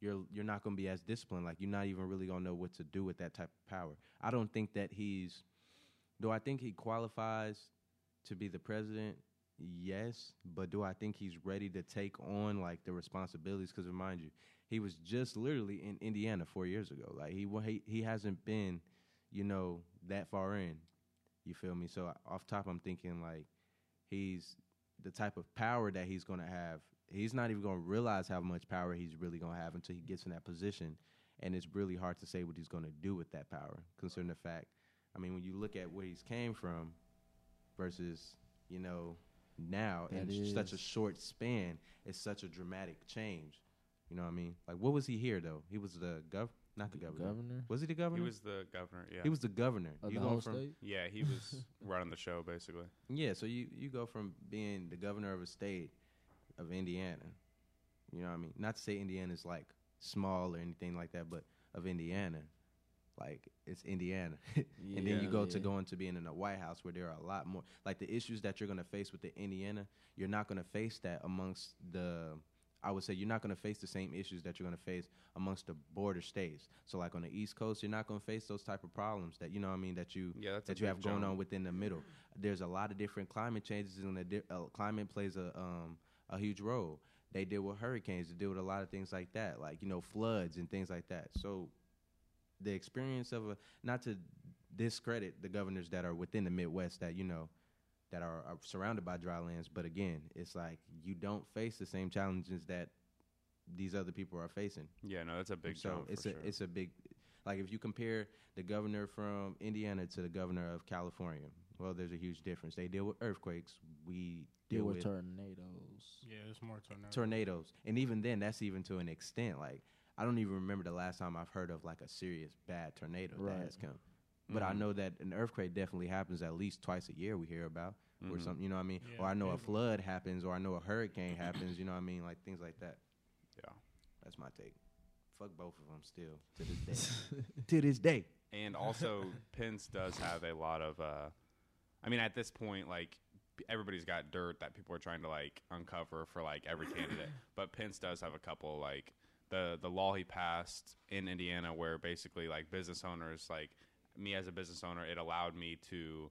[SPEAKER 5] you're you're not going to be as disciplined. Like you're not even really going to know what to do with that type of power. I don't think that he's. Do I think he qualifies to be the president? Yes, but do I think he's ready to take on like the responsibilities? Because remind you, he was just literally in Indiana four years ago. Like he wa- he he hasn't been, you know, that far in. You feel me? So off top, I'm thinking like he's the type of power that he's going to have. He's not even going to realize how much power he's really going to have until he gets in that position. And it's really hard to say what he's going to do with that power, considering the fact, I mean, when you look at where he's came from versus, you know, now in
[SPEAKER 2] That
[SPEAKER 5] sh- such a
[SPEAKER 2] is-
[SPEAKER 5] short span, it's such a dramatic change. You know what I mean? Like, what was he here though? He was the gov, not the governor.
[SPEAKER 2] Governor
[SPEAKER 5] Was he the governor?
[SPEAKER 6] He was the governor. Yeah.
[SPEAKER 5] He was the governor.
[SPEAKER 2] of
[SPEAKER 5] You
[SPEAKER 2] the
[SPEAKER 5] going
[SPEAKER 2] whole
[SPEAKER 5] from-
[SPEAKER 2] state.
[SPEAKER 6] yeah, he was running the show basically.
[SPEAKER 5] yeah, so you, you go from being the governor of a state of Indiana, you know what I mean? Not to say Indiana's like small or anything like that, but of Indiana, like it's Indiana. and then you
[SPEAKER 2] Yeah.
[SPEAKER 5] go to
[SPEAKER 2] Yeah.
[SPEAKER 5] going to being in the White House where there are a lot more like the issues that you're gonna face with the Indiana, you're not gonna face that amongst the I would say you're not gonna face the same issues that you're gonna face amongst the border states. So like on the East Coast, you're not gonna face those type of problems that you know what I mean that you
[SPEAKER 6] Yeah, that's a
[SPEAKER 5] that you
[SPEAKER 6] big
[SPEAKER 5] have going
[SPEAKER 6] jump.
[SPEAKER 5] on within the middle. There's a lot of different climate changes, and the di- uh, climate plays a um, a huge role. They deal with hurricanes, they deal with a lot of things like that, like you know floods and things like that. So the experience of a not to discredit the governors that are within the Midwest that you know that are, are surrounded by drylands, but again, it's like you don't face the same challenges that these other people are facing.
[SPEAKER 6] Yeah, no, that's a big
[SPEAKER 5] so
[SPEAKER 6] jump.
[SPEAKER 5] it's
[SPEAKER 6] for
[SPEAKER 5] a
[SPEAKER 6] sure.
[SPEAKER 5] it's a big like if you compare the governor from Indiana to the governor of California, well, there's a huge difference. They deal with earthquakes. We
[SPEAKER 2] Deal
[SPEAKER 5] deal
[SPEAKER 2] with
[SPEAKER 5] with
[SPEAKER 2] tornadoes.
[SPEAKER 3] Yeah, it's more tornado.
[SPEAKER 5] tornadoes, and even then, that's even to an extent. Like I don't even remember the last time I've heard of like a serious bad tornado
[SPEAKER 2] Right.
[SPEAKER 5] that has come. But I know that an earthquake definitely happens at least twice a year. We hear about or something. You know what I mean?
[SPEAKER 3] Yeah,
[SPEAKER 5] or I know a
[SPEAKER 3] definitely.
[SPEAKER 5] flood happens, or I know a hurricane happens. You know what I mean? Like things like that.
[SPEAKER 6] yeah.
[SPEAKER 5] That's my take. Fuck both of them still to this day. to this day.
[SPEAKER 6] And also Pence does have a lot of uh I mean at this point like everybody's got dirt that people are trying to like uncover for like every candidate. But Pence does have a couple like the the law he passed in Indiana where basically like business owners like me as a business owner it allowed me to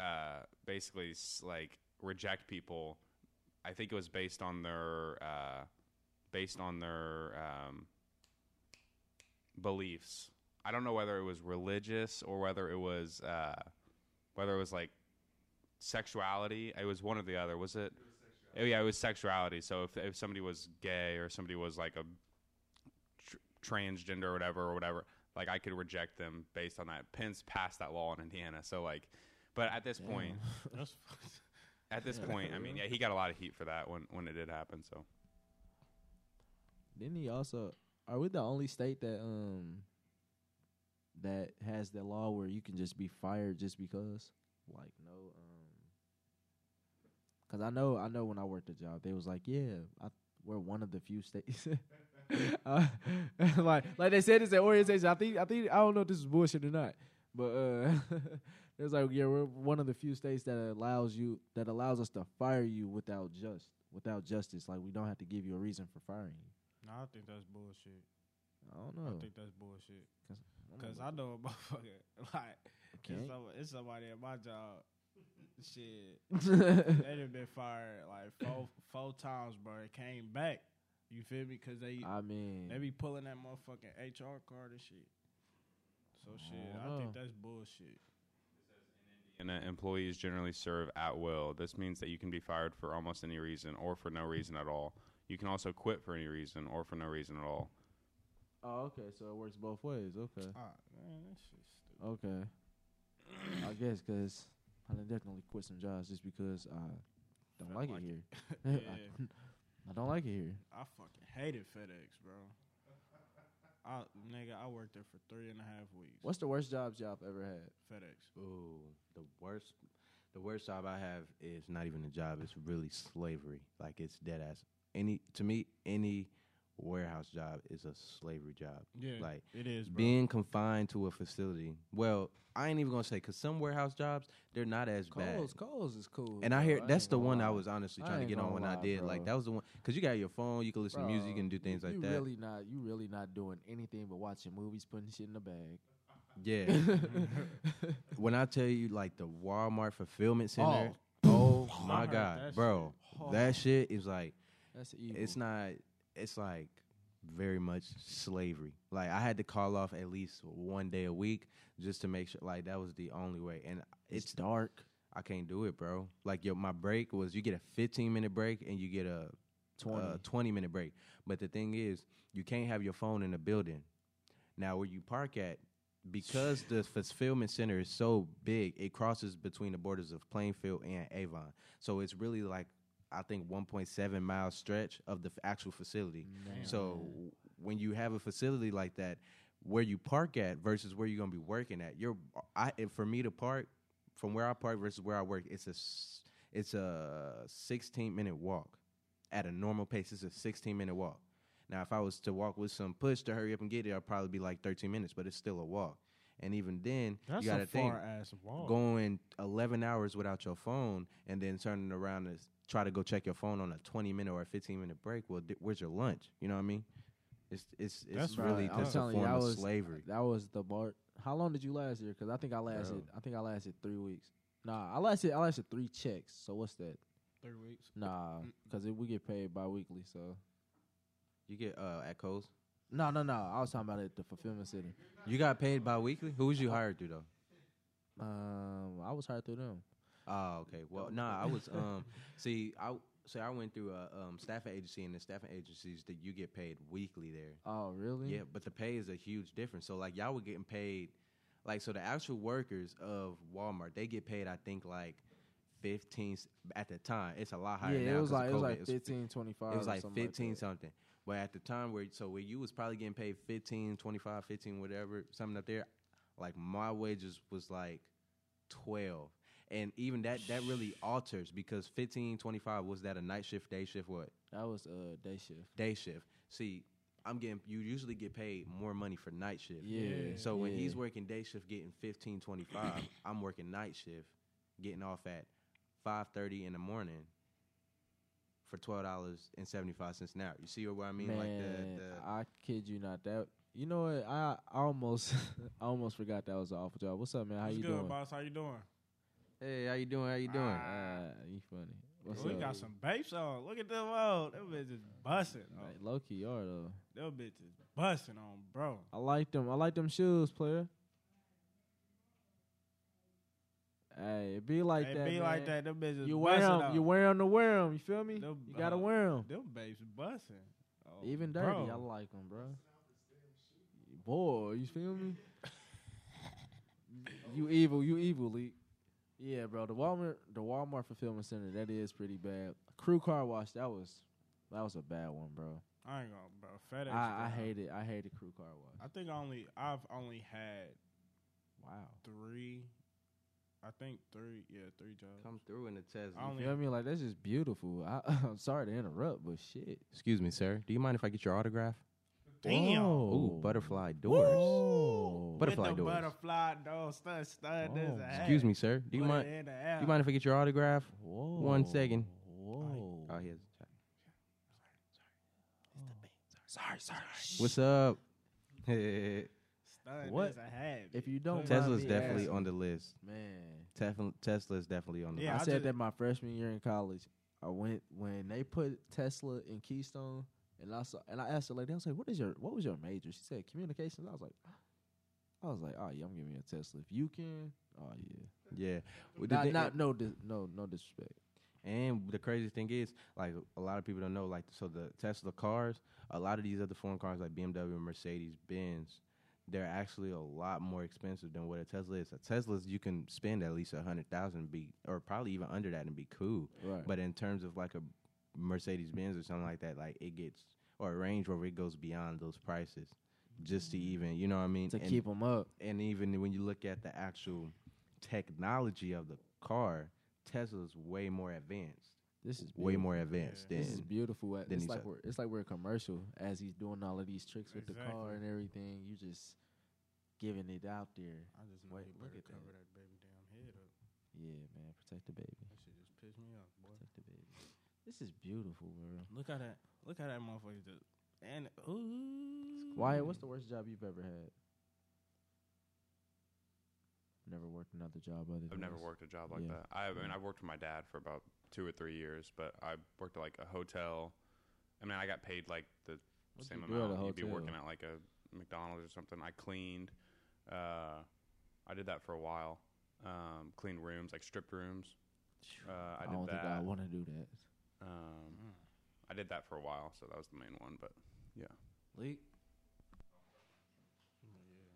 [SPEAKER 6] uh basically s- like reject people. I think it was based on their uh based on their um beliefs. I don't know whether it was religious or whether it was uh, whether it was like sexuality. It was one or the other. Was it? oh yeah, it was sexuality. So if if somebody was gay or somebody was like a tr- transgender or whatever or whatever, like I could reject them based on that. Pence passed that law in Indiana, so like, but at this point,
[SPEAKER 3] That's fucked.
[SPEAKER 6] at this point, I mean, yeah, he got a lot of heat for that when when it did happen. So
[SPEAKER 2] Didn't he also? Are we the only state that um that has that law where you can just be fired just because? Like no, um, because I know I know when I worked a job, they was like, yeah, I, we're one of the few states. Uh, like like they said it's an orientation. I think I think I don't know if this is bullshit or not, but uh, it was like yeah, we're one of the few states that allows you that allows us to fire you without just without justice. Like we don't have to give you a reason for firing you.
[SPEAKER 3] No, I think that's bullshit.
[SPEAKER 2] I don't
[SPEAKER 3] I
[SPEAKER 2] know.
[SPEAKER 3] think that's bullshit.
[SPEAKER 2] I'm
[SPEAKER 3] Cause
[SPEAKER 2] like,
[SPEAKER 3] I know a motherfucker. Like,
[SPEAKER 2] Oh. Okay.
[SPEAKER 3] it's, some, it's somebody at my job. Shit, they done been fired like four four times, bro. It came back. You feel me? Cause they
[SPEAKER 2] I mean,
[SPEAKER 3] they be pulling that motherfucking HR card and shit. So shit, I think
[SPEAKER 2] know.
[SPEAKER 3] that's bullshit.
[SPEAKER 6] And uh, employees generally serve at will. This means that you can be fired for almost any reason or for no reason at all. You can also quit for any reason or for no reason at all.
[SPEAKER 2] oh okay, so it works both ways. Okay,
[SPEAKER 3] Ah, man, that shit's stupid.
[SPEAKER 2] okay. I guess because I done definitely quit some jobs just because I don't
[SPEAKER 3] Felt
[SPEAKER 2] like,
[SPEAKER 3] like
[SPEAKER 2] it
[SPEAKER 3] it.
[SPEAKER 2] here.
[SPEAKER 3] Yeah.
[SPEAKER 2] I, I don't like it here.
[SPEAKER 3] I fucking hated FedEx, bro. I nigga, I worked there for three and a half weeks.
[SPEAKER 2] What's the worst job y'all have ever had?
[SPEAKER 3] FedEx?
[SPEAKER 5] Ooh, the worst. The worst job I have is not even a job. It's really slavery. Like it's dead ass. Any to me, any warehouse job is a slavery job.
[SPEAKER 3] Yeah,
[SPEAKER 5] Like
[SPEAKER 3] it is, bro.
[SPEAKER 5] being confined to a facility. Well, I ain't even gonna say because some warehouse jobs they're not as bad.
[SPEAKER 2] Coles, Coles is cool.
[SPEAKER 5] And I
[SPEAKER 2] bro.
[SPEAKER 5] hear that's
[SPEAKER 2] ain't
[SPEAKER 5] the
[SPEAKER 2] gonna
[SPEAKER 5] one I
[SPEAKER 2] lie.
[SPEAKER 5] was honestly
[SPEAKER 2] I
[SPEAKER 5] trying to
[SPEAKER 2] ain't
[SPEAKER 5] get on
[SPEAKER 2] gonna
[SPEAKER 5] when
[SPEAKER 2] lie,
[SPEAKER 5] I did.
[SPEAKER 2] bro.
[SPEAKER 5] Like that was the one because you got your phone, you can listen to music, you
[SPEAKER 2] Bro,
[SPEAKER 5] can do
[SPEAKER 2] you-
[SPEAKER 5] things like
[SPEAKER 2] you
[SPEAKER 5] that.
[SPEAKER 2] Really not, you really not doing anything but watching movies, putting shit in the bag.
[SPEAKER 5] Yeah. when I tell you like the Walmart fulfillment center, oh,
[SPEAKER 3] I
[SPEAKER 5] my
[SPEAKER 3] heard
[SPEAKER 5] god,
[SPEAKER 3] that
[SPEAKER 5] bro, that shit is like
[SPEAKER 2] That's evil.
[SPEAKER 5] it's not. It's like very much slavery. Like I had to call off at least one day a week just to make sure. Like that was the only way, and
[SPEAKER 2] It's,
[SPEAKER 5] it's
[SPEAKER 2] dark.
[SPEAKER 5] I can't do it, bro. Like yo, my break was you get a 15 minute break and you get a
[SPEAKER 2] 20.
[SPEAKER 5] uh, 20 minute break. But the thing is, you can't have your phone in the building. Now, where you park at, because the fulfillment center is so big, it crosses between the borders of Plainfield and Avon. So it's really like, I think, 1.7 mile stretch of the f- actual facility. So when you have a facility like that, where you park at versus where you're gonna be working at, your I and for me to park from where I park versus where I work, it's a s- it's a 16 minute walk at a normal pace. It's a 16 minute walk. Now, if I was to walk with some push to hurry up and get it, I'd probably be like 13 minutes, but it's still a walk. And even then,
[SPEAKER 3] That's
[SPEAKER 5] you got
[SPEAKER 3] a
[SPEAKER 5] to think
[SPEAKER 3] far ass
[SPEAKER 5] Oh.
[SPEAKER 3] walk.
[SPEAKER 5] going 11 hours without your phone and then turning around to s- try to go check your phone on a 20 minute or a 15 minute break. Well, di- where's your lunch? You know what I mean? It's it's it's
[SPEAKER 3] That's
[SPEAKER 5] really
[SPEAKER 3] right. I'm
[SPEAKER 5] just a
[SPEAKER 2] telling you,
[SPEAKER 5] form
[SPEAKER 2] I
[SPEAKER 5] of
[SPEAKER 2] was-
[SPEAKER 5] slavery.
[SPEAKER 2] That was the bar. How long did you last here? Because I think I lasted. I think I lasted three weeks. Nah, I lasted. I lasted three checks. So what's that?
[SPEAKER 3] three weeks.
[SPEAKER 2] Nah, because we get paid bi-weekly, so.
[SPEAKER 5] You get uh at Kohl's.
[SPEAKER 2] No, no, no. I was talking about it at the fulfillment center.
[SPEAKER 5] You got paid bi weekly? Who was you hired through though?
[SPEAKER 2] Um, I was hired through them.
[SPEAKER 5] Oh, okay. Well, nah, I was um see I so I went through a um, staffing agency and the staffing agencies that you get paid weekly there.
[SPEAKER 2] Oh, really?
[SPEAKER 5] Yeah, but the pay is a huge difference. So like y'all were getting paid like so the actual workers of Walmart, they get paid I think like 15 s- at the time. It's a lot
[SPEAKER 2] Yeah,
[SPEAKER 5] higher now
[SPEAKER 2] it was
[SPEAKER 5] 'cause of
[SPEAKER 2] like it was
[SPEAKER 5] COVID.
[SPEAKER 2] like fifteen twenty five.
[SPEAKER 5] it was like 15
[SPEAKER 2] Like that.
[SPEAKER 5] something. But at the time where so where you was probably getting paid 15, 25, 15 whatever, something up there, like my wages was like 12. And even that that really alters because 15, 25 was that a night shift, day shift, what?
[SPEAKER 2] that was uh day shift.
[SPEAKER 5] day shift. See, I'm getting you usually get paid more money for night shift.
[SPEAKER 2] Yeah,
[SPEAKER 5] So when
[SPEAKER 2] yeah.
[SPEAKER 5] he's working day shift getting 15 25, I'm working night shift getting off at 5:30 in the morning for $12.75 an hour. You see what I mean like
[SPEAKER 2] Man,
[SPEAKER 5] the, the
[SPEAKER 2] I kid you not. That you know what? I I almost I almost forgot that was an awful job. What's up, man? How
[SPEAKER 3] What's
[SPEAKER 2] you
[SPEAKER 3] good,
[SPEAKER 2] doing?
[SPEAKER 3] boss? How you doing?
[SPEAKER 5] Hey, how you doing? How you doing?
[SPEAKER 2] Uh, you funny. What's
[SPEAKER 3] Ah, we
[SPEAKER 2] up?
[SPEAKER 3] got some babes on. Look at them all. Them bitches busting.
[SPEAKER 2] Like,
[SPEAKER 3] On.
[SPEAKER 2] low key, you are though.
[SPEAKER 3] Them bitches busting on, bro.
[SPEAKER 2] I like them. I like them shoes, player. Hey, it be like
[SPEAKER 3] it
[SPEAKER 2] that.
[SPEAKER 3] be
[SPEAKER 2] man.
[SPEAKER 3] like that. Them bitches
[SPEAKER 2] You wear
[SPEAKER 3] busting
[SPEAKER 2] them.
[SPEAKER 3] on.
[SPEAKER 2] You wear them to wear them. You feel me?
[SPEAKER 3] Them-
[SPEAKER 2] you gotta
[SPEAKER 3] uh,
[SPEAKER 2] wear them.
[SPEAKER 3] Them babes busting. Oh,
[SPEAKER 2] Even dirty,
[SPEAKER 3] bro.
[SPEAKER 2] I like them, bro. Boy, you feel me? you evil, you evil, Lee. Yeah, bro. The Walmart, the Walmart fulfillment center, that is pretty bad. Crew car wash, that was, that was a bad one, bro.
[SPEAKER 3] I ain't gonna, bro. FedEx.
[SPEAKER 2] I, I
[SPEAKER 3] bro.
[SPEAKER 2] hate it. I hate the crew car wash.
[SPEAKER 3] I think I only I've only had
[SPEAKER 2] Wow.
[SPEAKER 3] three. I think three. Yeah, three jobs.
[SPEAKER 5] Come through in the test.
[SPEAKER 3] I only
[SPEAKER 2] You feel me? Like that's just beautiful. I, I'm sorry to interrupt, but shit.
[SPEAKER 5] Excuse me, sir. Do you mind if I get your autograph?
[SPEAKER 3] damn.
[SPEAKER 5] Ooh,
[SPEAKER 2] Whoa.
[SPEAKER 5] butterfly doors.
[SPEAKER 2] Whoa.
[SPEAKER 5] But- butterfly
[SPEAKER 3] With the
[SPEAKER 5] doors.
[SPEAKER 3] Butterfly doors. Stud, stud.
[SPEAKER 2] Oh.
[SPEAKER 3] There's a
[SPEAKER 5] Excuse me, sir. Do you mind? Do you mind if I get your autograph?
[SPEAKER 2] Whoa.
[SPEAKER 5] One second.
[SPEAKER 2] Whoa.
[SPEAKER 5] Oh, he has a check.
[SPEAKER 2] Sorry, Oh. sorry.
[SPEAKER 5] What's up? Tesla's
[SPEAKER 3] Stud
[SPEAKER 2] What?
[SPEAKER 3] is a habit.
[SPEAKER 2] If you don't,
[SPEAKER 3] Tesla-
[SPEAKER 2] mind me
[SPEAKER 5] definitely
[SPEAKER 2] asking-
[SPEAKER 5] on the list.
[SPEAKER 2] man.
[SPEAKER 5] Tef- Tesla's definitely on the
[SPEAKER 3] Yeah,
[SPEAKER 2] I,
[SPEAKER 5] list.
[SPEAKER 3] I
[SPEAKER 2] said
[SPEAKER 3] just-
[SPEAKER 2] that my freshman year in college. I went when they put Tesla in Keystone, and I saw and I asked the lady. I was like, "What is your what was your major?" She said, "Communications." I was like, "I was like, oh yeah, I'm giving you a Tesla if you can." Oh yeah,
[SPEAKER 5] Yeah. Well, the
[SPEAKER 2] not,
[SPEAKER 5] thing-
[SPEAKER 2] not no dis- no no disrespect.
[SPEAKER 5] And the crazy thing is, like a lot of people don't know, like so the Tesla cars, a lot of these other foreign cars like BMW, Mercedes, Benz, they're actually a lot more expensive than what a Tesla is. A Tesla's you can spend at least a hundred thousand, be or probably even under that and be cool.
[SPEAKER 2] Right.
[SPEAKER 5] But in terms of like a Mercedes Benz or something like that, like it gets or a Range Rover, it goes beyond those prices just to
[SPEAKER 3] Mm.
[SPEAKER 5] even, you know what I mean?
[SPEAKER 2] to
[SPEAKER 5] And-
[SPEAKER 2] keep them up,
[SPEAKER 5] and even when you look at the actual technology of the car, Tesla's way more advanced,
[SPEAKER 2] this is
[SPEAKER 5] way
[SPEAKER 2] beautiful.
[SPEAKER 5] more advanced
[SPEAKER 3] Yeah.
[SPEAKER 2] This is
[SPEAKER 5] than
[SPEAKER 2] beautiful. At,
[SPEAKER 5] than he
[SPEAKER 2] it's like
[SPEAKER 5] said.
[SPEAKER 2] we're it's like we're a commercial as he's doing all of these tricks with the car
[SPEAKER 3] Exactly.
[SPEAKER 2] and everything. You just giving it out there.
[SPEAKER 3] I just know
[SPEAKER 2] Wait,
[SPEAKER 3] you
[SPEAKER 2] look
[SPEAKER 3] better
[SPEAKER 2] at that.
[SPEAKER 3] cover that. baby damn head up.
[SPEAKER 2] Yeah, man, protect the baby.
[SPEAKER 3] That shit just pissed me off, boy.
[SPEAKER 2] Protect the baby. This is beautiful, bro.
[SPEAKER 3] Look at that. Look at that motherfucker just. And ooh.
[SPEAKER 2] Wyatt, what's the worst job you've ever had? Never worked another job other.
[SPEAKER 6] I've
[SPEAKER 2] than
[SPEAKER 6] never
[SPEAKER 2] this.
[SPEAKER 6] worked a job like
[SPEAKER 2] Yeah.
[SPEAKER 6] that. I, I mean,
[SPEAKER 2] Yeah.
[SPEAKER 6] I worked with my dad for about two or three years, but I worked at like a hotel. I mean, I got paid like the
[SPEAKER 2] What'd
[SPEAKER 6] same
[SPEAKER 2] you do at a
[SPEAKER 6] amount. You'd be
[SPEAKER 2] hotel?
[SPEAKER 6] working at like a McDonald's or something. I cleaned. Uh, I did that for a while. Um, cleaned rooms, like stripped rooms.
[SPEAKER 2] Phew,
[SPEAKER 6] Uh, I
[SPEAKER 2] I,
[SPEAKER 6] did
[SPEAKER 2] don't
[SPEAKER 6] that.
[SPEAKER 2] think I want to do that.
[SPEAKER 6] um, I did that for a while, so that was the main one. But
[SPEAKER 2] Leak.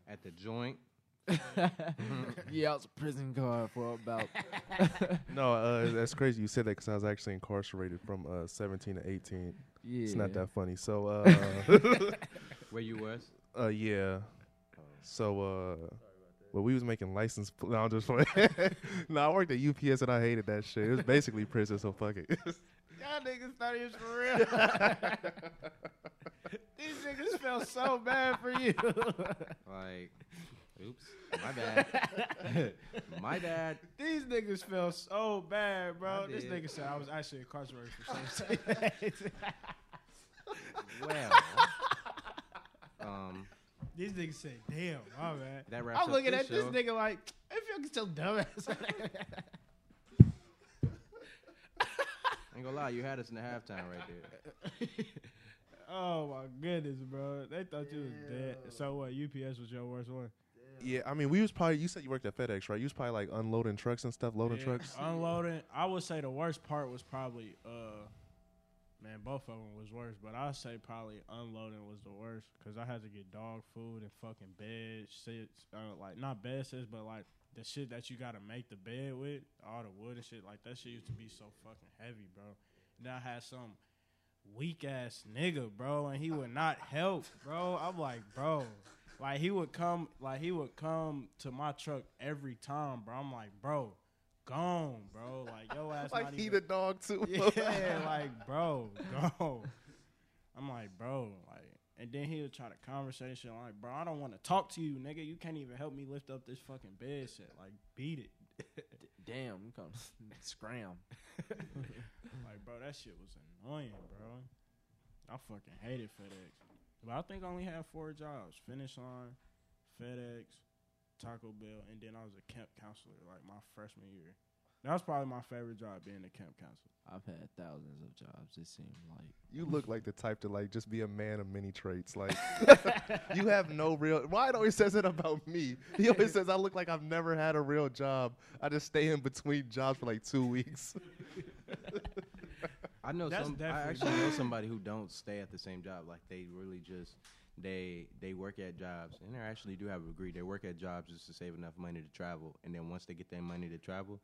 [SPEAKER 5] at the joint.
[SPEAKER 2] yeah, I was a prison guard for about.
[SPEAKER 7] No, uh, that's crazy. You said that because I was actually incarcerated from uh, 17 to 18.
[SPEAKER 2] Yeah.
[SPEAKER 7] It's not that funny. So, uh,
[SPEAKER 5] Where you was?
[SPEAKER 7] uh yeah. So, uh, well, we was making license. Pl- no, I'm just playing. no, I worked at UPS and I hated that shit. It was basically prison, so fuck it.
[SPEAKER 3] Y'all niggas thought he was for real. These niggas felt so bad for you.
[SPEAKER 5] Like, oops, my bad, my bad.
[SPEAKER 3] These niggas felt so bad, bro.
[SPEAKER 5] I
[SPEAKER 3] This
[SPEAKER 5] did.
[SPEAKER 3] nigga said I was actually incarcerated for something.
[SPEAKER 5] Well, um,
[SPEAKER 3] These niggas say, damn, my man.
[SPEAKER 5] that wraps
[SPEAKER 3] I'm
[SPEAKER 5] up
[SPEAKER 3] looking
[SPEAKER 5] this
[SPEAKER 3] at this
[SPEAKER 5] show.
[SPEAKER 3] nigga like, if you so dumbass.
[SPEAKER 5] Ain't gonna lie, you had us in the halftime right there.
[SPEAKER 3] oh my goodness, bro. They thought you was dead. So what? UPS was your worst one.
[SPEAKER 7] yeah, I mean, we was probably. You said you worked at FedEx, right? You was probably like unloading trucks and stuff, loading
[SPEAKER 3] Yeah, Oh,
[SPEAKER 7] trucks.
[SPEAKER 3] Unloading. I would say the worst part was probably, uh, man, both of them was worse, but I'd say probably unloading was the worst because I had to get dog food and fucking bed sits. Uh, like, not bed sits, but like the shit that you got to make the bed with, all the wood and shit. Like, that shit used to be so fucking heavy, bro. And I had some weak ass nigga, bro, and he would not help, bro. I'm like, bro. Like he would come, like he would come to my truck every time, bro. I'm like, bro, gone, bro. Like yo ass
[SPEAKER 7] like
[SPEAKER 3] not
[SPEAKER 7] he
[SPEAKER 3] even,
[SPEAKER 7] the dog too.
[SPEAKER 3] yeah, like bro, go. I'm like, bro, like, and then he'll try to conversation like, bro, I don't want to talk to you, nigga. You can't even help me lift up this fucking bed shit. Like, beat it.
[SPEAKER 2] Damn, you come scram.
[SPEAKER 3] Like, bro, that shit was annoying, bro. I fucking hated FedEx. But I think I only had four jobs: Finish Line, FedEx, Taco Bell, and then I was a camp counselor like my freshman year. That was probably my favorite job being a camp counselor.
[SPEAKER 2] I've had thousands of jobs. It seemed like
[SPEAKER 7] You look like the type to like just be a man of many traits. Like you have no real. Wyatt always says it about me. He always says I look like I've never had a real job. I just stay in between jobs for like two weeks.
[SPEAKER 5] I know
[SPEAKER 3] That's
[SPEAKER 5] some. I
[SPEAKER 3] definitely
[SPEAKER 5] actually know somebody who don't stay at the same job. Like they really just they they work at jobs and they actually do have a degree. They work at jobs just to save enough money to travel, and then once they get their money to travel,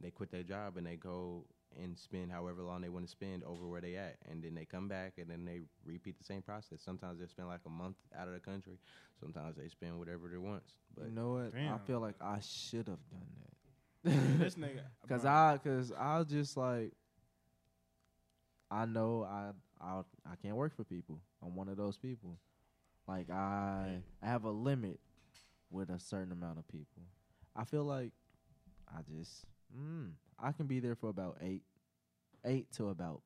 [SPEAKER 5] they quit their job and they go and spend however long they want to spend over where they at, and then they come back and then they repeat the same process. Sometimes they spend like a month out of the country. Sometimes they spend whatever they want. But
[SPEAKER 2] you know what? I
[SPEAKER 3] Damn.
[SPEAKER 2] feel like I should have done
[SPEAKER 3] this
[SPEAKER 2] that.
[SPEAKER 3] nigga.
[SPEAKER 2] Cause
[SPEAKER 3] bro,
[SPEAKER 2] I, cause I just like, I know I, I, I can't work for people. I'm one of those people. Like I, I have a limit with a certain amount of people. I feel like I just, mm, I can be there for about eight, eight to about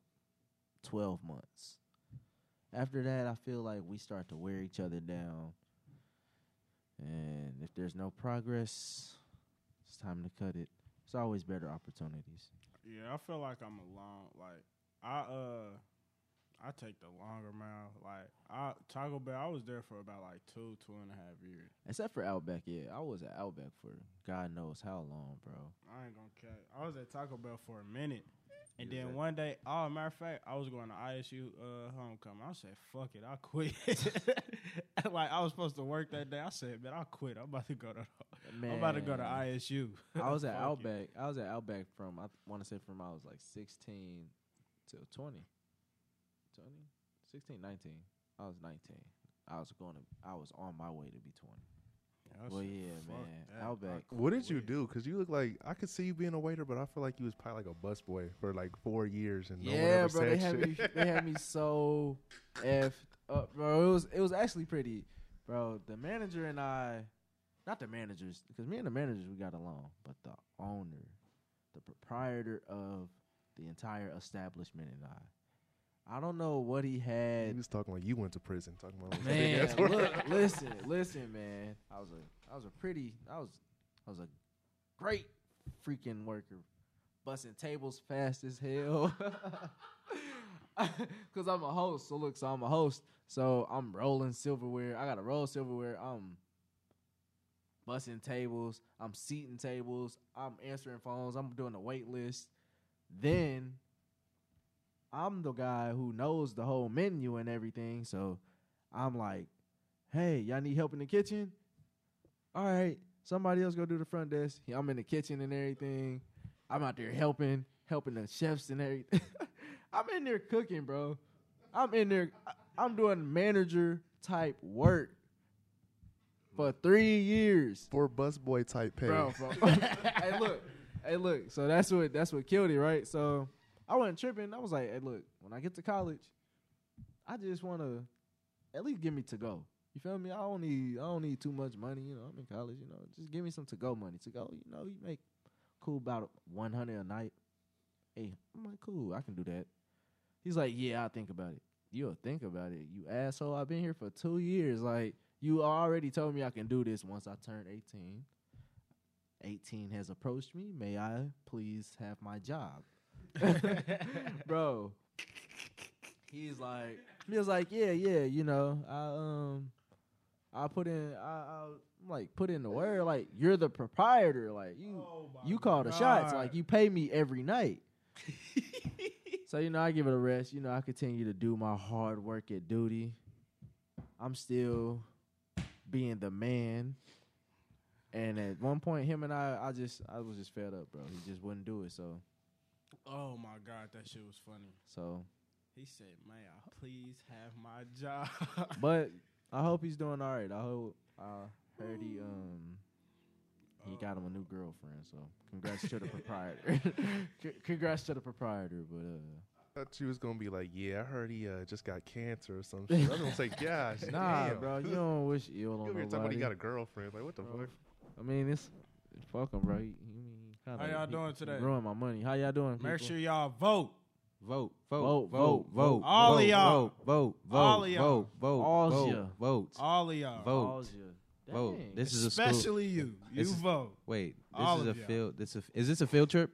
[SPEAKER 2] twelve months. After that, I feel like we start to wear each other down. And if there's no progress, it's time to cut it. It's always better opportunities.
[SPEAKER 3] Yeah, I feel like I'm alone. Like I uh, I take the longer mile. Like I Taco Bell, I was there for about like two, two and a half years.
[SPEAKER 2] Except for Outback, yeah. I was at Outback for God knows how long, bro.
[SPEAKER 3] I ain't gonna cut. I was at Taco Bell for a minute. And then one day, oh, matter of fact, I was going to ISU uh, homecoming. I said, fuck it, I quit. like, I was supposed to work that day. I said, man, I quit. I'm about to go to, I'm about to go to
[SPEAKER 2] Man.
[SPEAKER 3] ISU.
[SPEAKER 2] I was at
[SPEAKER 3] Fuck it.
[SPEAKER 2] Outback. I was at Outback from I want to say from I was like 16 till 20. 20? 16, 19. I was 19. I was going to I was on my way to be 20.
[SPEAKER 3] I
[SPEAKER 2] Well,
[SPEAKER 3] said,
[SPEAKER 2] yeah,
[SPEAKER 3] "Fuck
[SPEAKER 2] man.
[SPEAKER 3] that, I
[SPEAKER 2] Outback.
[SPEAKER 3] quit."
[SPEAKER 7] What did you
[SPEAKER 3] Weird.
[SPEAKER 7] do? Because you look like I could see you being a waiter, but I feel like you was probably like a busboy for like four years, and no one
[SPEAKER 2] yeah,
[SPEAKER 7] ever
[SPEAKER 2] bro.
[SPEAKER 7] said
[SPEAKER 2] They had
[SPEAKER 7] shit.
[SPEAKER 2] me. They had me so effed up, bro. It was it was actually pretty, bro. The manager and I, not the managers, because me and the managers we got along, but the owner, the proprietor of the entire establishment, and I, I don't know what he
[SPEAKER 7] He
[SPEAKER 2] had.
[SPEAKER 7] was talking like you went to prison, talking about like big
[SPEAKER 2] Oh, Man,
[SPEAKER 7] ass work.
[SPEAKER 2] look, listen, listen, man. I was a, I was a pretty, I was, I was a great freaking worker, busting tables fast as hell. Cause I'm a host, so look, so I'm a host, so I'm rolling silverware. I gotta roll silverware. I'm busting tables. I'm seating tables. I'm answering phones. I'm doing the wait list. Then I'm the guy who knows the whole menu and everything, so I'm like, hey, y'all need help in the kitchen? All right, somebody else go do the front desk. Yeah, I'm in the kitchen and everything. I'm out there helping, helping the chefs and everything. I'm in there cooking, bro. I'm in there, I- I'm doing manager type work for three years.
[SPEAKER 7] for busboy type pay.
[SPEAKER 2] Bro, bro. hey, look. Hey, look. So that's what that's what killed it, right? So I wasn't tripping. I was like, hey, look. When I get to college, I just want to at least give me to go. You feel me? I don't need I don't need too much money. You know, I'm in college. You know, just give me some to go money. To go, you know, you make cool about one hundred a night. Hey, I'm like, cool. I can do that. He's like, yeah, I'll think about it. You'll think about it, you asshole. I've been here for two years. Like, you already told me I can do this once I turn 18. 18 has approached me. May I please have my job? Bro. He's like he was like, "Yeah, yeah, you know, I um I put in I, I I'm like put in the word like you're the proprietor like you
[SPEAKER 3] Oh my
[SPEAKER 2] you call the shots
[SPEAKER 3] God.
[SPEAKER 2] like you pay me every night." so you know, I give it a rest. You know, I continue to do my hard work at duty. I'm still being the man. And at one point, him and I, I just, I was just fed up, bro. He just wouldn't do it. So,
[SPEAKER 3] Oh my God, that shit was funny.
[SPEAKER 2] so,
[SPEAKER 3] He said, may I please have my job?
[SPEAKER 2] but I hope he's doing all right. I hope. I heard he, um, he got him a new girlfriend. So, congrats to the proprietor. C- congrats to the proprietor. But uh,
[SPEAKER 7] thought she was gonna be like, yeah, I heard he uh, just got cancer or some shit. I was like, gosh,
[SPEAKER 2] nah,
[SPEAKER 7] damn.
[SPEAKER 2] bro, you don't wish ill on
[SPEAKER 7] You over here
[SPEAKER 2] nobody.
[SPEAKER 7] talking about he got a girlfriend. Like, what the
[SPEAKER 2] Bro.
[SPEAKER 7] fuck?
[SPEAKER 2] I mean, it's fuck him, bro. He, he, he kinda-
[SPEAKER 3] How y'all
[SPEAKER 2] he-
[SPEAKER 3] doing
[SPEAKER 2] he
[SPEAKER 3] today?
[SPEAKER 2] Ruined my money. How y'all doing?
[SPEAKER 3] Make
[SPEAKER 2] people?
[SPEAKER 3] sure y'all vote.
[SPEAKER 5] vote,
[SPEAKER 2] Vote,
[SPEAKER 5] vote, vote,
[SPEAKER 2] vote,
[SPEAKER 5] vote,
[SPEAKER 3] All of
[SPEAKER 5] vote,
[SPEAKER 3] y'all.
[SPEAKER 5] vote, vote, vote,
[SPEAKER 3] All of
[SPEAKER 5] vote,
[SPEAKER 3] y'all.
[SPEAKER 5] vote, vote,
[SPEAKER 2] All of
[SPEAKER 5] vote,
[SPEAKER 2] ya.
[SPEAKER 5] vote,
[SPEAKER 3] All of y'all.
[SPEAKER 5] Vote.
[SPEAKER 2] Calls you.
[SPEAKER 5] vote.
[SPEAKER 2] Dang.
[SPEAKER 5] This is a school.
[SPEAKER 3] Especially you. You
[SPEAKER 5] This is-
[SPEAKER 3] vote.
[SPEAKER 5] Wait,
[SPEAKER 3] all
[SPEAKER 5] this is
[SPEAKER 3] of
[SPEAKER 5] a
[SPEAKER 3] y'all.
[SPEAKER 5] field. This a, is this a field trip?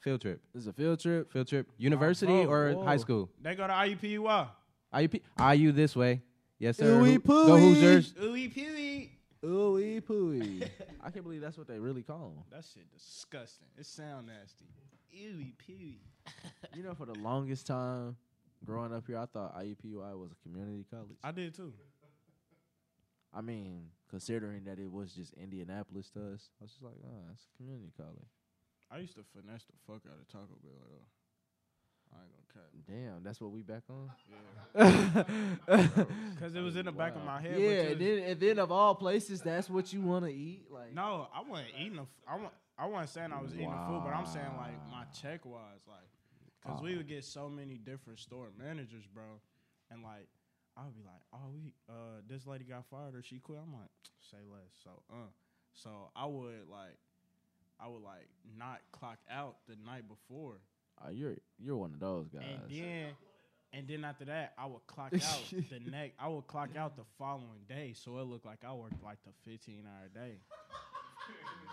[SPEAKER 5] Field trip.
[SPEAKER 2] this is a field trip.
[SPEAKER 5] Field trip. University
[SPEAKER 2] vote.
[SPEAKER 5] or
[SPEAKER 2] Oh, Whoa.
[SPEAKER 5] high school?
[SPEAKER 3] They go to E IUPUI.
[SPEAKER 5] IUP. IU this way. Yes, sir.
[SPEAKER 2] Ooey
[SPEAKER 5] Who- Go
[SPEAKER 2] pooey.
[SPEAKER 5] Hoosiers.
[SPEAKER 3] Ooey pewy.
[SPEAKER 2] Ooey pooey. I can't believe that's what they really call
[SPEAKER 3] That shit disgusting. It sound nasty. Ooey pewy.
[SPEAKER 2] them. You know, for the longest time growing up here, I thought IUPUI was a community college. I,
[SPEAKER 3] I did too.
[SPEAKER 2] mean, considering that it was just Indianapolis to us, I was just like, oh, it's a community college.
[SPEAKER 3] I used to finesse the fuck out of Taco Bell. Though. I ain't gonna cut.
[SPEAKER 2] Damn, that's what we back on.
[SPEAKER 3] Yeah.
[SPEAKER 2] yeah,
[SPEAKER 3] Cause it was in the back of my head.
[SPEAKER 2] and
[SPEAKER 3] which is,
[SPEAKER 2] then and then of all places, that's what you want to eat. Like
[SPEAKER 3] no, I wasn't eating. The, f- I wa- I wasn't saying I was eating the food, but I'm saying like my check was like, cause we would get so many different store managers, bro, and like I would be like, oh, we uh, this lady got fired or she quit. I'm like, say less. So uh, so I would like, I would like not clock out the night before.
[SPEAKER 2] Oh, you're you're one of those guys.
[SPEAKER 3] And then, and then after that, I would clock out the next. I would clock out the following day, so it looked like I worked like the fifteen hour day.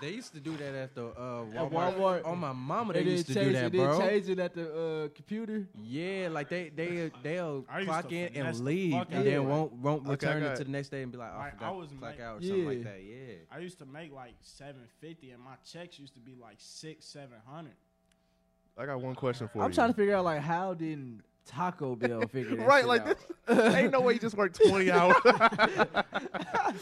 [SPEAKER 5] They used to do that at the uh, Walmart.
[SPEAKER 2] At Walmart.
[SPEAKER 5] Oh my mama, they
[SPEAKER 2] And then
[SPEAKER 5] used to
[SPEAKER 2] change-
[SPEAKER 5] do that,
[SPEAKER 2] and then
[SPEAKER 5] bro.
[SPEAKER 2] change it at the uh, computer.
[SPEAKER 5] Yeah, like they they they'll
[SPEAKER 3] I used
[SPEAKER 5] clock
[SPEAKER 3] to
[SPEAKER 5] in
[SPEAKER 3] finesse
[SPEAKER 5] and
[SPEAKER 3] the
[SPEAKER 5] leave,
[SPEAKER 3] fuck
[SPEAKER 5] and
[SPEAKER 3] outta
[SPEAKER 5] then
[SPEAKER 3] it.
[SPEAKER 5] won't won't
[SPEAKER 7] Okay, I
[SPEAKER 5] return
[SPEAKER 7] got-
[SPEAKER 5] it to the next day and be like, oh, I
[SPEAKER 3] Like, I
[SPEAKER 5] forgot
[SPEAKER 3] was
[SPEAKER 5] to clock
[SPEAKER 3] ma-
[SPEAKER 5] out or something like
[SPEAKER 2] Yeah.
[SPEAKER 5] that. Yeah.
[SPEAKER 3] I used to make like seven fifty, and my checks used to be like six, seven hundred.
[SPEAKER 7] I got one question for
[SPEAKER 2] I'm
[SPEAKER 7] you.
[SPEAKER 2] trying to figure out like how did Taco Bell figure that
[SPEAKER 7] right,
[SPEAKER 2] shit
[SPEAKER 7] like
[SPEAKER 2] out?
[SPEAKER 7] this. ain't no way you just worked 20 hours. no, I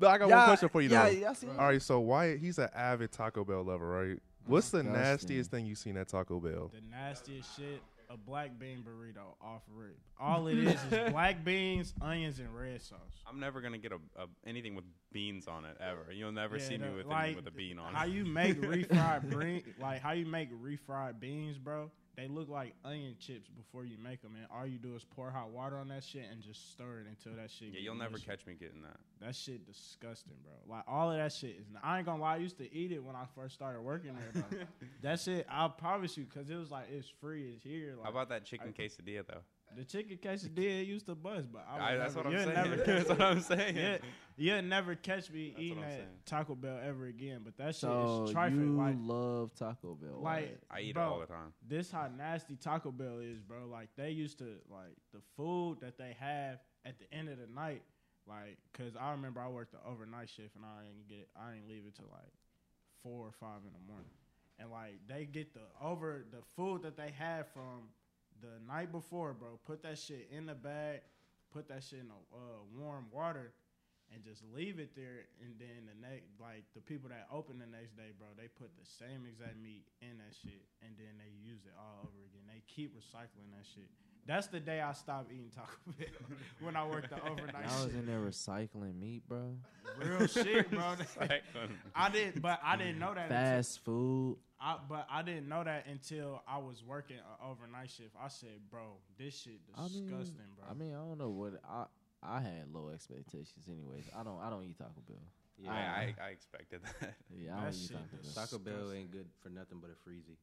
[SPEAKER 7] got one
[SPEAKER 2] Y'all-
[SPEAKER 7] question for you, though.
[SPEAKER 2] y'all- y'all see-
[SPEAKER 7] All right, so Wyatt, he's an avid Taco Bell lover, right?
[SPEAKER 2] Oh
[SPEAKER 7] What's the
[SPEAKER 2] Disgusting.
[SPEAKER 7] nastiest thing you've seen at Taco Bell?
[SPEAKER 3] The nastiest shit: a black bean burrito off rip. All it is is black beans, onions, and red sauce.
[SPEAKER 6] I'm never gonna get a, a anything with beans on it ever. You'll never
[SPEAKER 3] Yeah,
[SPEAKER 6] see me
[SPEAKER 3] the-
[SPEAKER 6] with
[SPEAKER 3] like,
[SPEAKER 6] anything with a bean on
[SPEAKER 3] How
[SPEAKER 6] it.
[SPEAKER 3] you make refried bean? Like how you make refried beans, bro? They look like onion chips before you make them, and all you do is pour hot water on that shit and just stir it until that shit.
[SPEAKER 6] Yeah,
[SPEAKER 3] get
[SPEAKER 6] you'll never
[SPEAKER 3] mushy.
[SPEAKER 6] catch me getting that.
[SPEAKER 3] That shit disgusting, bro. Like all of that shit is. I ain't gonna lie. I used to eat it when I first started working there. Bro. that shit, I promise you, because it was like it's free, it's here. Like
[SPEAKER 6] How about that chicken quesadilla though?
[SPEAKER 3] the chicken quesadilla used to bust, but
[SPEAKER 2] Oh
[SPEAKER 3] I,
[SPEAKER 6] I,
[SPEAKER 3] would
[SPEAKER 6] that's
[SPEAKER 3] never,
[SPEAKER 6] what I'm
[SPEAKER 3] you'll
[SPEAKER 6] saying.
[SPEAKER 3] Never
[SPEAKER 6] That's what I'm saying.
[SPEAKER 3] yeah, you'll never catch me
[SPEAKER 6] That's
[SPEAKER 3] eating
[SPEAKER 6] what
[SPEAKER 3] at
[SPEAKER 6] I'm saying.
[SPEAKER 3] Taco Bell ever again. But that shit
[SPEAKER 2] So
[SPEAKER 3] is trifling.
[SPEAKER 2] you
[SPEAKER 3] Like,
[SPEAKER 2] love Taco Bell.
[SPEAKER 3] like
[SPEAKER 6] I eat
[SPEAKER 3] bro,
[SPEAKER 6] it all the time.
[SPEAKER 3] this how nasty Taco Bell is, bro. Like they used to like the food that they have at the end of the night, like because I remember I worked the overnight shift and I didn't get I didn't leave it till like four or five in the morning, and like they get the over the food that they had from the night before, bro. Put that shit in the bag, put that shit in a, uh, warm water. And just leave it there, and then the next, like the people that open the next day, bro, they put the same exact meat in that shit, and then they use it all over again. They keep recycling that shit. That's the day I stopped eating Taco Bell when I worked the
[SPEAKER 2] I
[SPEAKER 3] overnight
[SPEAKER 2] was
[SPEAKER 3] shit.
[SPEAKER 2] in there recycling meat, bro.
[SPEAKER 3] Real shit, bro.
[SPEAKER 6] Recycling.
[SPEAKER 3] I did, but I didn't know that. until-
[SPEAKER 2] Fast food.
[SPEAKER 3] I, but I didn't know that until I was working an overnight shift. I said, bro, this shit
[SPEAKER 2] I mean,
[SPEAKER 3] disgusting, bro.
[SPEAKER 2] I mean, I don't know what I I had low expectations. Anyways, I don't I don't eat Taco Bell.
[SPEAKER 6] I, I, I expected that.
[SPEAKER 2] Yeah, I don't
[SPEAKER 3] That
[SPEAKER 2] eat
[SPEAKER 3] shit
[SPEAKER 2] Taco
[SPEAKER 3] is-
[SPEAKER 2] Bell.
[SPEAKER 5] Taco Bell
[SPEAKER 3] Disgusting.
[SPEAKER 5] ain't good for nothing but a freezy.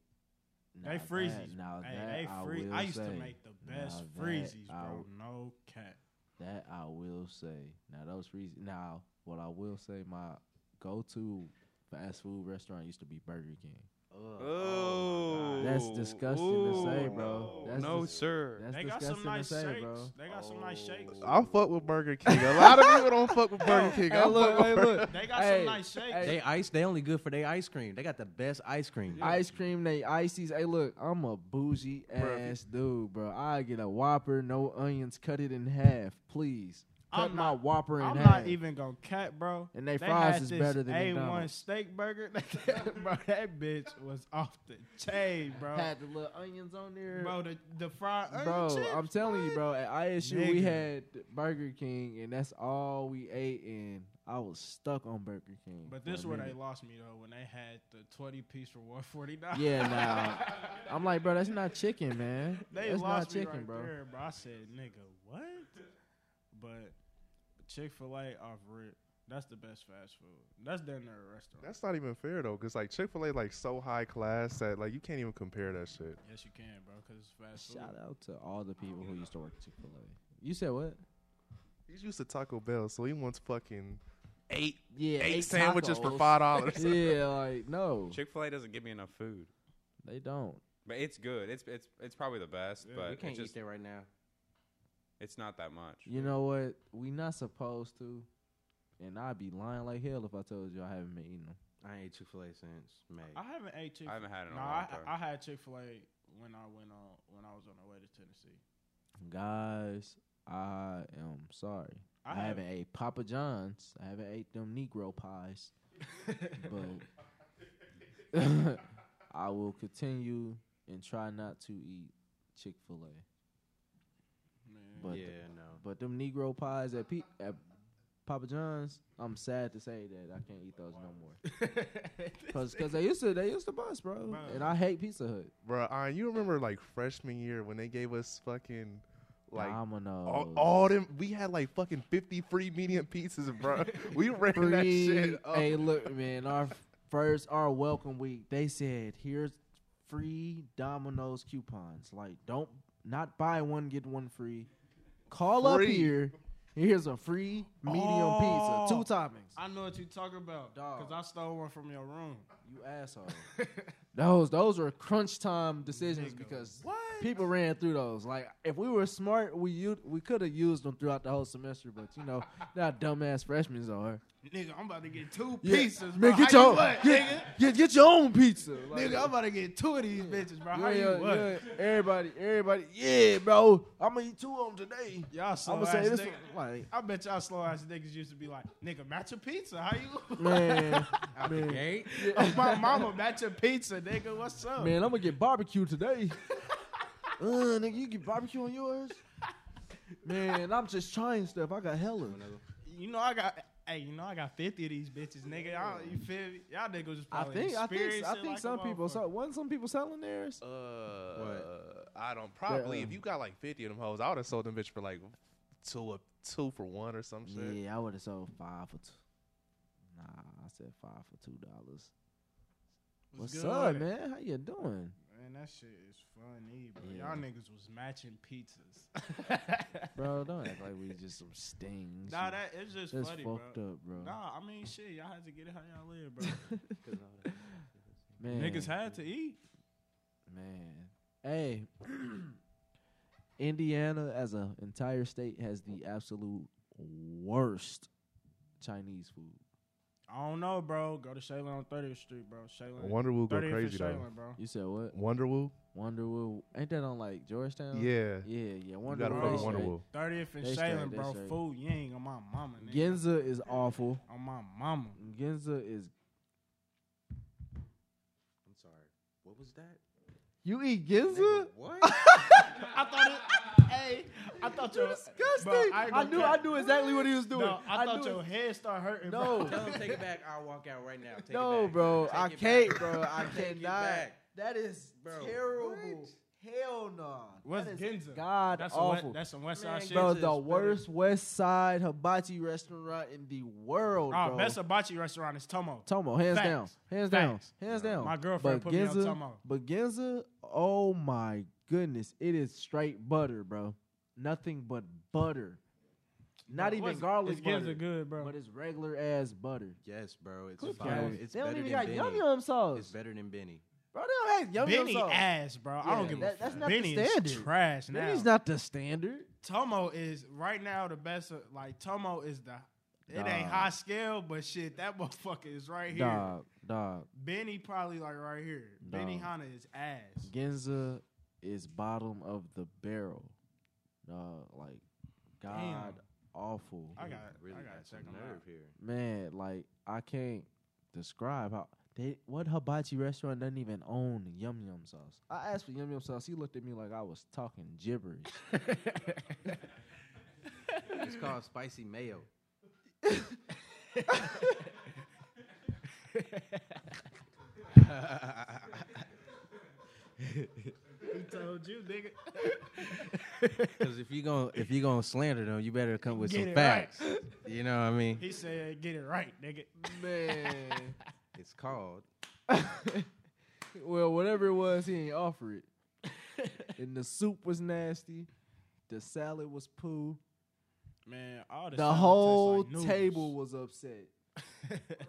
[SPEAKER 3] they
[SPEAKER 2] Now
[SPEAKER 3] freezies.
[SPEAKER 2] That, now
[SPEAKER 3] hey,
[SPEAKER 2] that
[SPEAKER 3] they
[SPEAKER 2] I
[SPEAKER 3] free-
[SPEAKER 2] will
[SPEAKER 3] I used
[SPEAKER 2] say,
[SPEAKER 3] to make the
[SPEAKER 2] now
[SPEAKER 3] best
[SPEAKER 2] that
[SPEAKER 3] freezies,
[SPEAKER 2] I
[SPEAKER 3] bro.
[SPEAKER 2] w-
[SPEAKER 3] No cat.
[SPEAKER 2] that I will say. Now those freezies. Now what I will say, my go-to fast food restaurant used to be Burger King.
[SPEAKER 6] Oh,
[SPEAKER 2] That's disgusting to say, bro. That's
[SPEAKER 6] no,
[SPEAKER 2] dis-
[SPEAKER 6] sir.
[SPEAKER 2] That's
[SPEAKER 3] They got
[SPEAKER 2] disgusting
[SPEAKER 3] some nice
[SPEAKER 2] to say,
[SPEAKER 3] shakes.
[SPEAKER 2] bro.
[SPEAKER 3] They got some nice shakes.
[SPEAKER 7] I fuck with Burger King. A lot of people don't fuck with Burger King. I
[SPEAKER 2] Hey, look,
[SPEAKER 7] fuck with
[SPEAKER 2] hey,
[SPEAKER 7] Burger-
[SPEAKER 2] look.
[SPEAKER 3] They got
[SPEAKER 2] Hey,
[SPEAKER 3] some nice shakes.
[SPEAKER 2] hey,
[SPEAKER 5] They ice. They only good for their ice cream. They got the best ice cream.
[SPEAKER 2] Ice cream, they ices. Hey, look, I'm a bougie
[SPEAKER 7] Bruh.
[SPEAKER 2] ass dude, bro. I get a Whopper, no onions, cut it in half, please. Cut
[SPEAKER 3] I'm
[SPEAKER 2] my
[SPEAKER 3] not-
[SPEAKER 2] Whopper in
[SPEAKER 3] I'm
[SPEAKER 2] half.
[SPEAKER 3] not even gonna cat, bro.
[SPEAKER 2] And they
[SPEAKER 3] They
[SPEAKER 2] fries
[SPEAKER 3] had
[SPEAKER 2] is
[SPEAKER 3] this
[SPEAKER 2] better than
[SPEAKER 3] A1
[SPEAKER 2] McDonald's.
[SPEAKER 3] steak burger. bro, that bitch was off the chain, bro.
[SPEAKER 2] had the little onions on there,
[SPEAKER 3] Bro, the, the fried onion
[SPEAKER 2] Bro,
[SPEAKER 3] chips,
[SPEAKER 2] I'm telling you,
[SPEAKER 3] what?
[SPEAKER 2] bro. At ISU, we
[SPEAKER 3] Nigga.
[SPEAKER 2] had Burger King, and that's all we ate, and I was stuck on Burger King.
[SPEAKER 3] But
[SPEAKER 2] for a
[SPEAKER 3] this where they
[SPEAKER 2] minute.
[SPEAKER 3] lost me though when they had the twenty piece for one forty nine.
[SPEAKER 2] Yeah, nah. I'm like, bro, that's not chicken, man.
[SPEAKER 3] they
[SPEAKER 2] that's
[SPEAKER 3] lost
[SPEAKER 2] not chicken,
[SPEAKER 3] me right
[SPEAKER 2] bro.
[SPEAKER 3] there, bro. I said, nigga, what? But Chick Fil A off rip. That's the best fast food. That's damn near a restaurant.
[SPEAKER 7] That's not even fair though, cause like Chick Fil A like so high class that like you can't even compare that shit.
[SPEAKER 3] yes, you can, bro, because it's fast food.
[SPEAKER 2] Shout out to all the people who used to work at Chick Fil A. You said what?
[SPEAKER 7] He's used to Taco Bell, so he wants fucking eight
[SPEAKER 2] Yeah,
[SPEAKER 7] eight, sandwiches for
[SPEAKER 2] tacos.
[SPEAKER 7] five dollars.
[SPEAKER 2] yeah, like no,
[SPEAKER 6] Chick Fil A doesn't give me enough food,
[SPEAKER 2] they don't.
[SPEAKER 6] but it's good. It's it's it's probably the best,
[SPEAKER 3] Yeah,
[SPEAKER 6] but
[SPEAKER 5] we can't
[SPEAKER 6] it's just
[SPEAKER 5] eat that right now.
[SPEAKER 6] it's not that much.
[SPEAKER 2] You know what? We not supposed to. And I'd be lying like hell if I told you I haven't been eating them.
[SPEAKER 5] I ain't ate Chick Fil A since May.
[SPEAKER 3] I haven't ate Chick.
[SPEAKER 6] I haven't had it in
[SPEAKER 3] No,
[SPEAKER 6] a
[SPEAKER 3] I,
[SPEAKER 6] long time.
[SPEAKER 3] I had Chick Fil A when I went on when I was on the way to Tennessee.
[SPEAKER 2] Guys, I am sorry. I,
[SPEAKER 3] I
[SPEAKER 2] haven't ate Papa John's. I haven't ate them Negro pies. but I will continue and try not to eat Chick Fil A,
[SPEAKER 3] Man.
[SPEAKER 2] but
[SPEAKER 5] yeah,
[SPEAKER 2] the-
[SPEAKER 5] no.
[SPEAKER 2] but them Negro pies at, P- at Papa John's, I'm sad to say that I can't eat those no more. Cause, 'cause they used to they used to bust, bro.
[SPEAKER 3] Bro.
[SPEAKER 2] And I hate Pizza Hut.
[SPEAKER 7] Bro, Iron, you remember like freshman year when they gave us fucking like
[SPEAKER 2] Domino's.
[SPEAKER 7] all, all them we had like fucking 50 free medium pizzas, bro. we ran that
[SPEAKER 2] free.
[SPEAKER 7] shit up.
[SPEAKER 2] Hey, look, man. Our first, our welcome week, they said, "Here's free Domino's coupons. Like, don't not buy one get one free. Call up
[SPEAKER 7] Free.
[SPEAKER 2] here. Here's a free medium
[SPEAKER 3] Oh.
[SPEAKER 2] pizza, two toppings.
[SPEAKER 3] I know what you talking about,
[SPEAKER 2] Dog.
[SPEAKER 3] Cause I stole one from your room.
[SPEAKER 2] You asshole. those those were crunch time decisions
[SPEAKER 3] Nigga,
[SPEAKER 2] because
[SPEAKER 3] what?
[SPEAKER 2] people ran through those. Like, if we were smart, we u- we could have used them throughout the whole semester. But you know, now dumbass freshmen are.
[SPEAKER 3] Nigga, I'm about to get two
[SPEAKER 2] Yeah.
[SPEAKER 3] pieces, bro.
[SPEAKER 2] Man, get
[SPEAKER 3] How
[SPEAKER 2] your
[SPEAKER 3] you
[SPEAKER 2] own,
[SPEAKER 3] what, nigga?
[SPEAKER 2] get, get, get your own pizza. Like,
[SPEAKER 3] Nigga, I'm about to get two of these bitches, bro. How
[SPEAKER 2] yeah,
[SPEAKER 3] you what?
[SPEAKER 2] yeah, everybody, everybody, yeah, bro. I'm gonna eat two of them today.
[SPEAKER 3] Y'all slow
[SPEAKER 2] I'm gonna
[SPEAKER 3] ass
[SPEAKER 2] say this
[SPEAKER 3] nigga.
[SPEAKER 2] one, like,
[SPEAKER 3] I bet y'all slow ass niggas used to be like, nigga, matcha pizza. How you?
[SPEAKER 2] man,
[SPEAKER 5] The
[SPEAKER 2] man,
[SPEAKER 5] gate?
[SPEAKER 3] My mama matcha pizza, nigga. What's up?
[SPEAKER 2] man, I'm gonna get barbecue today. uh, nigga, you get barbecue on yours. Man, I'm just trying stuff. I got hella.
[SPEAKER 3] You know I got. Hey, you know I got fifty of these bitches, nigga. Y'all, you feel me? Y'all niggas just
[SPEAKER 2] I
[SPEAKER 3] probably
[SPEAKER 2] think, I think, I
[SPEAKER 3] experiencing
[SPEAKER 2] think
[SPEAKER 3] like a
[SPEAKER 2] some people.
[SPEAKER 3] motherfucker.
[SPEAKER 2] So, wasn't some people selling theirs?
[SPEAKER 7] Uh, I don't probably
[SPEAKER 2] um,
[SPEAKER 7] if you got like 50 of them hoes, I would have sold them bitch for like two a, two for one or some shit.
[SPEAKER 2] Yeah, I would have sold five for two. Nah, I said five for two dollars. What's,
[SPEAKER 3] good
[SPEAKER 2] up,
[SPEAKER 3] with it?
[SPEAKER 2] man? How you doing?
[SPEAKER 3] Man, that shit is funny, bro.
[SPEAKER 2] Yeah.
[SPEAKER 3] Y'all niggas was matching pizzas.
[SPEAKER 2] Bro, don't act like we just some stings.
[SPEAKER 3] nah, that it's just
[SPEAKER 2] That's
[SPEAKER 3] funny,
[SPEAKER 2] fucked
[SPEAKER 3] bro.
[SPEAKER 2] up, bro.
[SPEAKER 3] Nah, I mean shit, y'all had to get it how y'all live, bro.
[SPEAKER 2] Man,
[SPEAKER 3] niggas had to eat.
[SPEAKER 2] Man, hey, Indiana as an entire state has the absolute worst Chinese food.
[SPEAKER 3] I don't know, bro. Go to Shaylin on 30th Street, bro. Shaylin.
[SPEAKER 7] Wonder Woo go
[SPEAKER 3] 30th and
[SPEAKER 7] crazy though.
[SPEAKER 3] Shaylin, bro.
[SPEAKER 2] You said what?
[SPEAKER 7] Wonder Woo?
[SPEAKER 2] Wonderwood? Ain't that on like Georgetown?
[SPEAKER 7] Yeah.
[SPEAKER 2] yeah, yeah.
[SPEAKER 7] You gotta
[SPEAKER 2] Wonderwood.
[SPEAKER 7] fuck
[SPEAKER 3] Woo.
[SPEAKER 7] with
[SPEAKER 2] they
[SPEAKER 7] Wonder
[SPEAKER 2] straight.
[SPEAKER 7] Woo.
[SPEAKER 3] 30th and
[SPEAKER 2] They
[SPEAKER 3] Shaylin,
[SPEAKER 2] straight, they
[SPEAKER 3] bro.
[SPEAKER 2] straight.
[SPEAKER 3] Food, you ain't on my mama, nigga.
[SPEAKER 2] Ginza is awful.
[SPEAKER 3] On my mama.
[SPEAKER 2] Ginza is.
[SPEAKER 1] I'm sorry. What was that?
[SPEAKER 2] You eat Ginza?
[SPEAKER 1] What?
[SPEAKER 3] I thought it. hey, I thought your
[SPEAKER 2] Disgusting.
[SPEAKER 3] I
[SPEAKER 2] I,
[SPEAKER 3] ain't gonna
[SPEAKER 2] knew.
[SPEAKER 3] cap.
[SPEAKER 2] I knew exactly what he was doing.
[SPEAKER 3] No, I, thought
[SPEAKER 2] knew
[SPEAKER 3] your
[SPEAKER 2] it-
[SPEAKER 3] head started hurting.
[SPEAKER 2] No.
[SPEAKER 3] bro.
[SPEAKER 1] Tell him take it back. I'll walk out right now. Take it
[SPEAKER 2] No,
[SPEAKER 1] back.
[SPEAKER 2] bro,
[SPEAKER 1] Take
[SPEAKER 2] I
[SPEAKER 1] it
[SPEAKER 2] can't,
[SPEAKER 1] back.
[SPEAKER 2] bro. I
[SPEAKER 1] Take it
[SPEAKER 2] cannot.
[SPEAKER 1] back.
[SPEAKER 2] That is
[SPEAKER 1] Bro,
[SPEAKER 2] terrible.
[SPEAKER 1] what?
[SPEAKER 2] Hell no.
[SPEAKER 3] What's
[SPEAKER 2] that is
[SPEAKER 3] Ginza?
[SPEAKER 2] God
[SPEAKER 3] That's a
[SPEAKER 2] awful.
[SPEAKER 3] wet, that's some West
[SPEAKER 1] Man,
[SPEAKER 3] Side shit. Oh,
[SPEAKER 2] bro,
[SPEAKER 1] Ginza
[SPEAKER 2] the
[SPEAKER 1] is
[SPEAKER 2] worst West Side hibachi restaurant in the world,
[SPEAKER 3] Oh,
[SPEAKER 2] bro.
[SPEAKER 3] best hibachi restaurant is Tomo.
[SPEAKER 2] Tomo, hands
[SPEAKER 3] Facts.
[SPEAKER 2] down, hands
[SPEAKER 3] Facts.
[SPEAKER 2] down, hands down.
[SPEAKER 3] My girlfriend
[SPEAKER 2] but
[SPEAKER 3] put me on
[SPEAKER 2] Ginza,
[SPEAKER 3] Tomo.
[SPEAKER 2] But Ginza, oh my goodness, it is straight butter, bro. Nothing but butter. Not
[SPEAKER 3] Bro,
[SPEAKER 2] even
[SPEAKER 3] what's-
[SPEAKER 2] garlic
[SPEAKER 3] it's
[SPEAKER 2] butter,
[SPEAKER 3] Ginza good, bro.
[SPEAKER 2] but it's regular ass butter.
[SPEAKER 5] Yes, bro. It's
[SPEAKER 2] Good
[SPEAKER 5] fire.
[SPEAKER 2] lord.
[SPEAKER 5] It's
[SPEAKER 2] they
[SPEAKER 5] better
[SPEAKER 2] don't even
[SPEAKER 5] than
[SPEAKER 2] got
[SPEAKER 5] Benny.
[SPEAKER 2] yum yum sauce.
[SPEAKER 5] It's better than Benny.
[SPEAKER 2] Bro, they don't have yum yum
[SPEAKER 3] Benny
[SPEAKER 2] sauce.
[SPEAKER 3] ass, bro. I
[SPEAKER 2] Yeah,
[SPEAKER 3] don't give
[SPEAKER 2] that-
[SPEAKER 3] a
[SPEAKER 2] that's
[SPEAKER 3] fuck.
[SPEAKER 2] not the
[SPEAKER 3] Benny is
[SPEAKER 2] standard.
[SPEAKER 3] trash now.
[SPEAKER 2] Benny's not the standard.
[SPEAKER 3] Tomo is right now the best. Of, like Tomo is the. It ain't
[SPEAKER 2] Dog.
[SPEAKER 3] high scale, but shit, that motherfucker is right here.
[SPEAKER 2] Dog, dog.
[SPEAKER 3] Benny probably like right here. Benny
[SPEAKER 2] Dog.
[SPEAKER 3] Hanna is ass.
[SPEAKER 2] Ginza is bottom of the barrel. Dog, like
[SPEAKER 3] Damn.
[SPEAKER 2] god awful.
[SPEAKER 3] I got.
[SPEAKER 5] Really
[SPEAKER 3] I got
[SPEAKER 5] got
[SPEAKER 3] to
[SPEAKER 5] some
[SPEAKER 3] check him
[SPEAKER 5] nerve
[SPEAKER 3] out.
[SPEAKER 5] here.
[SPEAKER 2] Man, like I can't describe how they what hibachi restaurant doesn't even own yum yum sauce. I asked for yum yum sauce. He looked at me like I was talking gibberish.
[SPEAKER 5] It's called spicy mayo.
[SPEAKER 3] He told you, nigga.
[SPEAKER 5] Because if you gonna if you gonna slander them, you better come with
[SPEAKER 3] Get
[SPEAKER 5] some
[SPEAKER 3] it right.
[SPEAKER 5] facts. You know what I mean?
[SPEAKER 3] He said, "Get it right, nigga."
[SPEAKER 2] Man.
[SPEAKER 5] It's called
[SPEAKER 2] well, whatever it was, he ain't offer it. and the soup was nasty. The salad was poo.
[SPEAKER 3] Man, all this
[SPEAKER 2] The
[SPEAKER 3] salad tastes
[SPEAKER 2] whole
[SPEAKER 3] like noodles.
[SPEAKER 2] table was upset.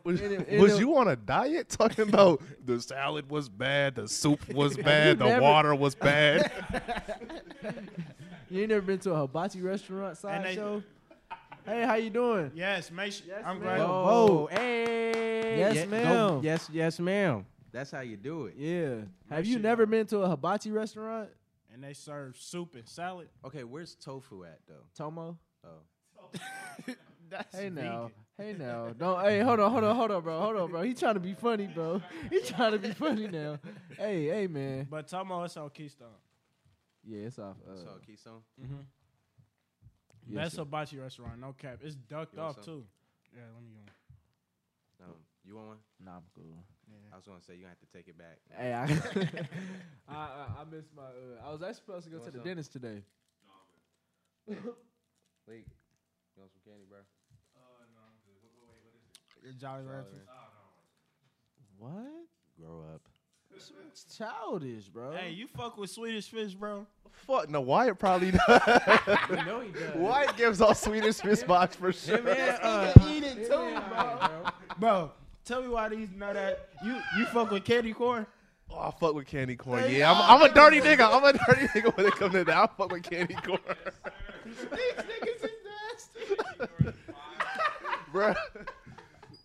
[SPEAKER 7] Was,
[SPEAKER 2] And it- and
[SPEAKER 7] was
[SPEAKER 2] it-
[SPEAKER 7] you on a diet talking about the salad was bad, the soup was bad, the
[SPEAKER 2] never-
[SPEAKER 7] water was bad?
[SPEAKER 2] You ain't never been to a hibachi restaurant
[SPEAKER 3] And they-
[SPEAKER 2] sideshow? Hey, how you doing?
[SPEAKER 3] Yes, make sure.
[SPEAKER 2] Yes,
[SPEAKER 3] I'm
[SPEAKER 2] ma'am.
[SPEAKER 3] glad.
[SPEAKER 2] Yo.
[SPEAKER 5] Oh, hey.
[SPEAKER 2] Yes,
[SPEAKER 5] go-
[SPEAKER 2] ma'am.
[SPEAKER 5] Yes, yes, ma'am. That's how you do it.
[SPEAKER 2] Yeah. Have you
[SPEAKER 3] shit
[SPEAKER 2] never
[SPEAKER 3] up.
[SPEAKER 2] been to a hibachi restaurant?
[SPEAKER 3] And they serve soup and salad.
[SPEAKER 5] Okay, where's tofu at though?
[SPEAKER 2] Tomo?
[SPEAKER 5] Oh,
[SPEAKER 3] That's
[SPEAKER 2] Hey now.
[SPEAKER 3] vegan.
[SPEAKER 2] Hey now. Don't hey, hold on, hold on, hold on, bro. Hold on, bro. He trying to be funny, bro. He trying to be funny now. Hey, hey man.
[SPEAKER 3] But Tomo, it's on Keystone.
[SPEAKER 2] Yeah, it's off. Uh,
[SPEAKER 5] so Keystone.
[SPEAKER 2] yeah,
[SPEAKER 3] That's
[SPEAKER 2] so-
[SPEAKER 3] a hibachi restaurant, no cap. It's ducked
[SPEAKER 5] You want
[SPEAKER 3] off
[SPEAKER 5] some?
[SPEAKER 3] too. Yeah, let me go.
[SPEAKER 5] Um, you want one?
[SPEAKER 2] nah, I'm cool.
[SPEAKER 5] I was gonna say you gonna have to take it back.
[SPEAKER 2] Hey, I, I, I I missed my. Uh, I was actually supposed to go to
[SPEAKER 5] want
[SPEAKER 2] the
[SPEAKER 5] some?
[SPEAKER 2] dentist today.
[SPEAKER 5] Leak. You want some candy, bro?
[SPEAKER 3] Jolly
[SPEAKER 5] Jolly
[SPEAKER 3] Rancher.
[SPEAKER 2] What?
[SPEAKER 5] Grow up.
[SPEAKER 2] It's childish, bro.
[SPEAKER 3] Hey, you fuck with Swedish Fish, bro?
[SPEAKER 7] Fuck no, Wyatt probably does.
[SPEAKER 2] you know he does.
[SPEAKER 7] Wyatt gives all Swedish Miss Box for sure.
[SPEAKER 3] eat it too, bro. bro. Tell me why these know that you you fuck with candy corn.
[SPEAKER 7] Oh, I fuck with candy corn. Yeah, I'm, I'm a dirty nigga. I'm a dirty nigga when it comes to that. I fuck with candy corn. Bruh.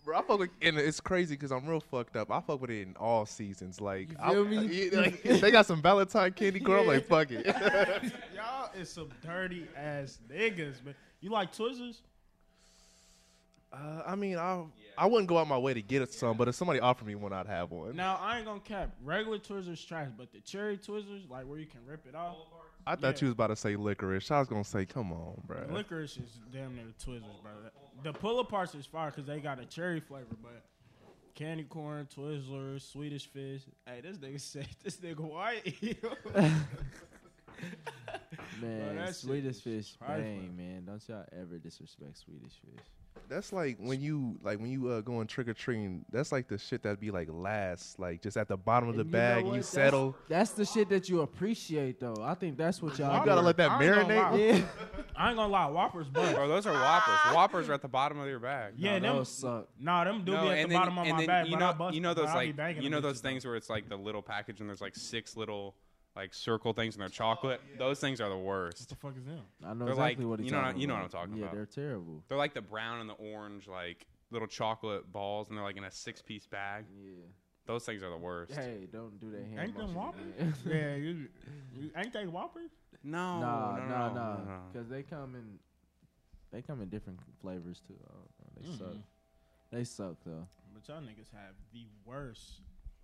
[SPEAKER 7] Bro, I fuck with, and it's crazy because I'm real fucked up. I fuck with it in all seasons. Like,
[SPEAKER 2] You
[SPEAKER 7] I-
[SPEAKER 2] feel me?
[SPEAKER 7] yeah, like, they got some Valentine candy corn. I'm like, fuck it.
[SPEAKER 3] Y'all is some dirty ass niggas, man. You like Twizzlers?
[SPEAKER 7] Uh, I mean, I I wouldn't go out my way to get it some, but if somebody offered me one, I'd have one.
[SPEAKER 3] No, I ain't gonna cap. Regular Twizzlers trash, but the cherry Twizzlers, like where you can rip it off.
[SPEAKER 7] I thought
[SPEAKER 3] yeah.
[SPEAKER 7] you was about to say licorice. I was gonna say, come on, bro.
[SPEAKER 3] Licorice is damn near Twizzlers, bro. The pull aparts is fire because they got a cherry flavor, but candy corn, Twizzlers, Swedish fish. Hey, this nigga said this nigga white.
[SPEAKER 2] man,
[SPEAKER 3] that shit
[SPEAKER 2] Swedish
[SPEAKER 3] is
[SPEAKER 2] fish,
[SPEAKER 3] trifling.
[SPEAKER 2] bang, man. Don't y'all ever disrespect Swedish fish.
[SPEAKER 7] That's like when you like when you uh, going trick or treating. That's like the shit that'd be like last, like just at the bottom of the
[SPEAKER 2] And you know
[SPEAKER 7] bag.
[SPEAKER 2] what?
[SPEAKER 7] and you
[SPEAKER 2] That's-
[SPEAKER 7] settle.
[SPEAKER 2] That's the shit that you appreciate, though. I think that's what y'all.
[SPEAKER 7] You gotta let that
[SPEAKER 3] I ain't gonna
[SPEAKER 7] marinate.
[SPEAKER 3] lie.
[SPEAKER 2] Yeah,
[SPEAKER 3] I ain't gonna lie, Whoppers, but
[SPEAKER 6] Bro, those are Whoppers. Whoppers are at the bottom of your bag.
[SPEAKER 3] yeah,
[SPEAKER 2] no,
[SPEAKER 3] them
[SPEAKER 2] those suck.
[SPEAKER 3] nah, them do
[SPEAKER 6] No,
[SPEAKER 3] be at
[SPEAKER 6] and
[SPEAKER 3] the
[SPEAKER 6] then,
[SPEAKER 3] bottom of
[SPEAKER 6] and
[SPEAKER 3] my
[SPEAKER 6] then
[SPEAKER 3] bag.
[SPEAKER 6] you
[SPEAKER 3] but I
[SPEAKER 6] know,
[SPEAKER 3] bust
[SPEAKER 6] you know those
[SPEAKER 3] but I be
[SPEAKER 6] like,
[SPEAKER 3] banging
[SPEAKER 6] you
[SPEAKER 3] them
[SPEAKER 6] know
[SPEAKER 3] bitches,
[SPEAKER 6] those
[SPEAKER 3] though.
[SPEAKER 6] things where it's like the little package and there's like six little like circle things and they're chocolate. Those things are the
[SPEAKER 3] What
[SPEAKER 6] worst.
[SPEAKER 3] the fuck is them?
[SPEAKER 2] I know
[SPEAKER 6] They're like-
[SPEAKER 2] exactly what he's
[SPEAKER 6] you know what I-
[SPEAKER 2] talking
[SPEAKER 6] you know
[SPEAKER 2] about.
[SPEAKER 6] what I'm talking
[SPEAKER 2] yeah,
[SPEAKER 6] about.
[SPEAKER 2] they're terrible.
[SPEAKER 6] They're like the brown and the orange like little chocolate balls and they're like in a six piece bag.
[SPEAKER 2] Yeah.
[SPEAKER 6] Those things are the worst.
[SPEAKER 2] Hey, don't do that. Hand
[SPEAKER 3] Ain't them
[SPEAKER 2] motion, man.
[SPEAKER 3] Whoppers? yeah, you, you ain't they Whoppers?
[SPEAKER 6] No,
[SPEAKER 2] Nah,
[SPEAKER 6] no, no,
[SPEAKER 2] nah, nah.
[SPEAKER 6] no, no, no.
[SPEAKER 2] Because they come in, they come in different flavors too. I don't know. They suck.
[SPEAKER 3] Mhm.
[SPEAKER 2] They suck though.
[SPEAKER 3] But y'all niggas have the worst.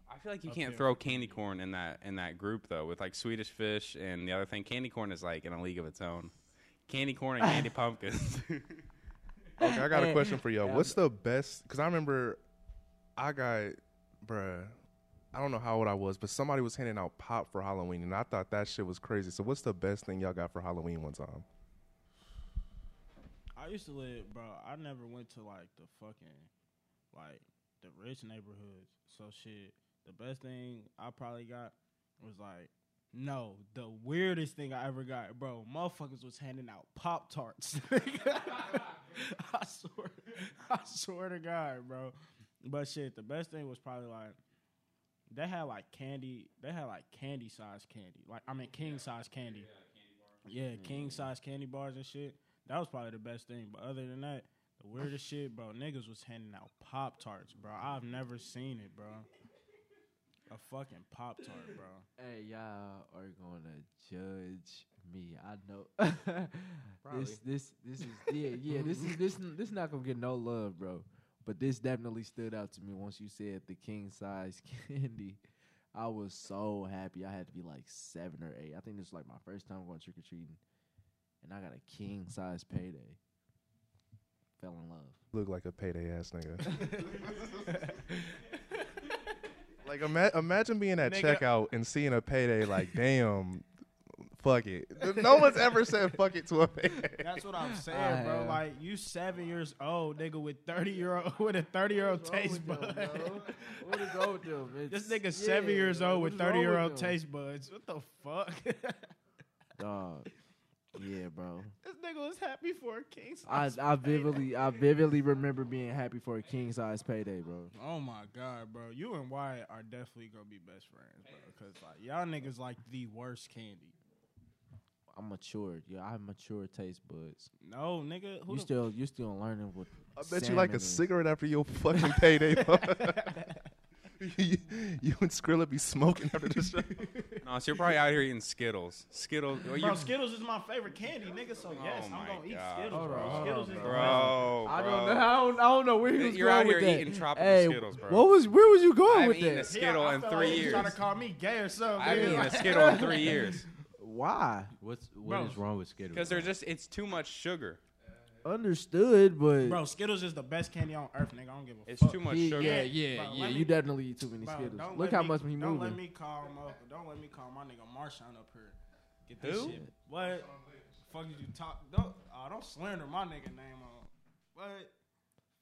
[SPEAKER 6] I feel like you
[SPEAKER 3] Up
[SPEAKER 6] can't
[SPEAKER 3] there.
[SPEAKER 6] throw candy corn in that in that group though, with like Swedish fish and the other thing. Candy corn is like in a league of its own. Candy corn and candy pumpkins.
[SPEAKER 7] Okay, I got a
[SPEAKER 2] Hey,
[SPEAKER 7] question for y'all.
[SPEAKER 2] yeah,
[SPEAKER 7] What's the best? Because I remember I got, bruh, I don't know how old I was, but somebody was handing out pop for Halloween, and I thought that shit was crazy. So, what's the best thing y'all got for Halloween one time?
[SPEAKER 3] I used to live, bro. I never went to like the fucking, like the rich neighborhoods. So shit, the best thing I probably got was like, no, the weirdest thing I ever got, bro. Motherfuckers was handing out pop tarts. I swear, I swear to God, bro. But shit, the best thing was probably like. They had like candy. They had like candy size candy. Like I mean, king size candy. Yeah, king size candy bars and shit. That was probably the best thing. But other than that, the weirdest shit, bro, niggas was handing out Pop Tarts, bro. I've never seen it, bro. A fucking Pop Tart, bro.
[SPEAKER 2] Hey, y'all are gonna judge me. I know. this, this, this is yeah, yeah. This is this, n- this not gonna get no love, bro. But this definitely stood out to me once you said the king size candy. I was so happy. I had to be like seven or eight. I think this was like my first time going trick or treating, and I got a king size payday. Fell in love.
[SPEAKER 7] Look like a payday ass nigga. like, ima- imagine being at
[SPEAKER 3] Nigga.
[SPEAKER 7] checkout and seeing a payday, like, damn, fuck it. No one's ever said fuck it to a payday.
[SPEAKER 3] That's what I'm saying,
[SPEAKER 2] I
[SPEAKER 3] bro.
[SPEAKER 2] have-
[SPEAKER 3] Like you seven years old, nigga, with thirty year old with a thirty year old taste bud.
[SPEAKER 2] What is wrong with them?
[SPEAKER 3] This
[SPEAKER 2] It's-
[SPEAKER 3] nigga
[SPEAKER 2] yeah,
[SPEAKER 3] seven years old with
[SPEAKER 2] what's wrong
[SPEAKER 3] thirty year old
[SPEAKER 2] them?
[SPEAKER 3] taste buds. What the fuck? this
[SPEAKER 2] Dog. Yeah, bro.
[SPEAKER 3] nigga was happy for a king
[SPEAKER 2] I,
[SPEAKER 3] size.
[SPEAKER 2] I vividly I vividly remember being happy for a king size payday, bro.
[SPEAKER 3] Oh my god, bro! You and Wyatt are definitely gonna be best friends, bro. Cause like y'all niggas like the worst candy.
[SPEAKER 2] I'm matured. Yeah, I have mature taste buds.
[SPEAKER 3] No, nigga, who
[SPEAKER 2] you
[SPEAKER 3] the
[SPEAKER 2] still you still learning what
[SPEAKER 7] I bet you like
[SPEAKER 2] salmon
[SPEAKER 7] a
[SPEAKER 2] is.
[SPEAKER 7] cigarette after your fucking payday. though. you, you and Skrilla be smoking after this show.
[SPEAKER 6] no, so you're probably out here eating Skittles. Skittles. Well,
[SPEAKER 3] bro?
[SPEAKER 6] you're,
[SPEAKER 3] Skittles is my favorite candy, nigga. So yes, I'm
[SPEAKER 6] Oh my
[SPEAKER 3] gonna eat
[SPEAKER 6] God.
[SPEAKER 3] Skittles,
[SPEAKER 2] Hold
[SPEAKER 3] bro.
[SPEAKER 2] on, hold
[SPEAKER 3] Skittles
[SPEAKER 2] on,
[SPEAKER 3] is
[SPEAKER 2] bro.
[SPEAKER 3] the best.
[SPEAKER 6] bro,
[SPEAKER 2] I
[SPEAKER 6] bro.
[SPEAKER 2] don't know. I don't, I don't know where he was
[SPEAKER 6] You're
[SPEAKER 2] going
[SPEAKER 6] out
[SPEAKER 2] with
[SPEAKER 6] here
[SPEAKER 2] that.
[SPEAKER 6] eating tropical
[SPEAKER 2] Hey,
[SPEAKER 6] Skittles, bro.
[SPEAKER 2] What was where was you going
[SPEAKER 6] I
[SPEAKER 2] with
[SPEAKER 6] haven't eaten
[SPEAKER 2] that?
[SPEAKER 6] a Skittle
[SPEAKER 3] I
[SPEAKER 6] in
[SPEAKER 3] felt
[SPEAKER 6] three
[SPEAKER 3] like you
[SPEAKER 6] years.
[SPEAKER 3] Trying to call me gay or something?
[SPEAKER 6] I haven't
[SPEAKER 3] nigga.
[SPEAKER 6] eaten a Skittle in three years.
[SPEAKER 2] why?
[SPEAKER 5] What's what
[SPEAKER 6] Bro,
[SPEAKER 5] is wrong with Skittles?
[SPEAKER 6] Because they're
[SPEAKER 5] bro?
[SPEAKER 6] just it's too much sugar.
[SPEAKER 2] Understood, but
[SPEAKER 3] Bro, Skittles is the best candy on earth, nigga. I don't give a
[SPEAKER 6] It's
[SPEAKER 3] fuck.
[SPEAKER 6] too much
[SPEAKER 2] he-
[SPEAKER 6] sugar.
[SPEAKER 2] yeah,
[SPEAKER 3] Bro,
[SPEAKER 2] yeah,
[SPEAKER 3] let
[SPEAKER 2] yeah.
[SPEAKER 3] me-
[SPEAKER 2] you definitely eat too many
[SPEAKER 3] Bro,
[SPEAKER 2] Skittles.
[SPEAKER 3] don't
[SPEAKER 2] Look
[SPEAKER 3] let
[SPEAKER 2] how
[SPEAKER 3] me-
[SPEAKER 2] much he
[SPEAKER 3] Don't let
[SPEAKER 2] moving.
[SPEAKER 3] me call him up. Don't let me call my nigga Marshawn up here. Get this
[SPEAKER 6] Who?
[SPEAKER 3] shit. What? Fuck did you talk? Don't, oh, don't slander my nigga name on. What?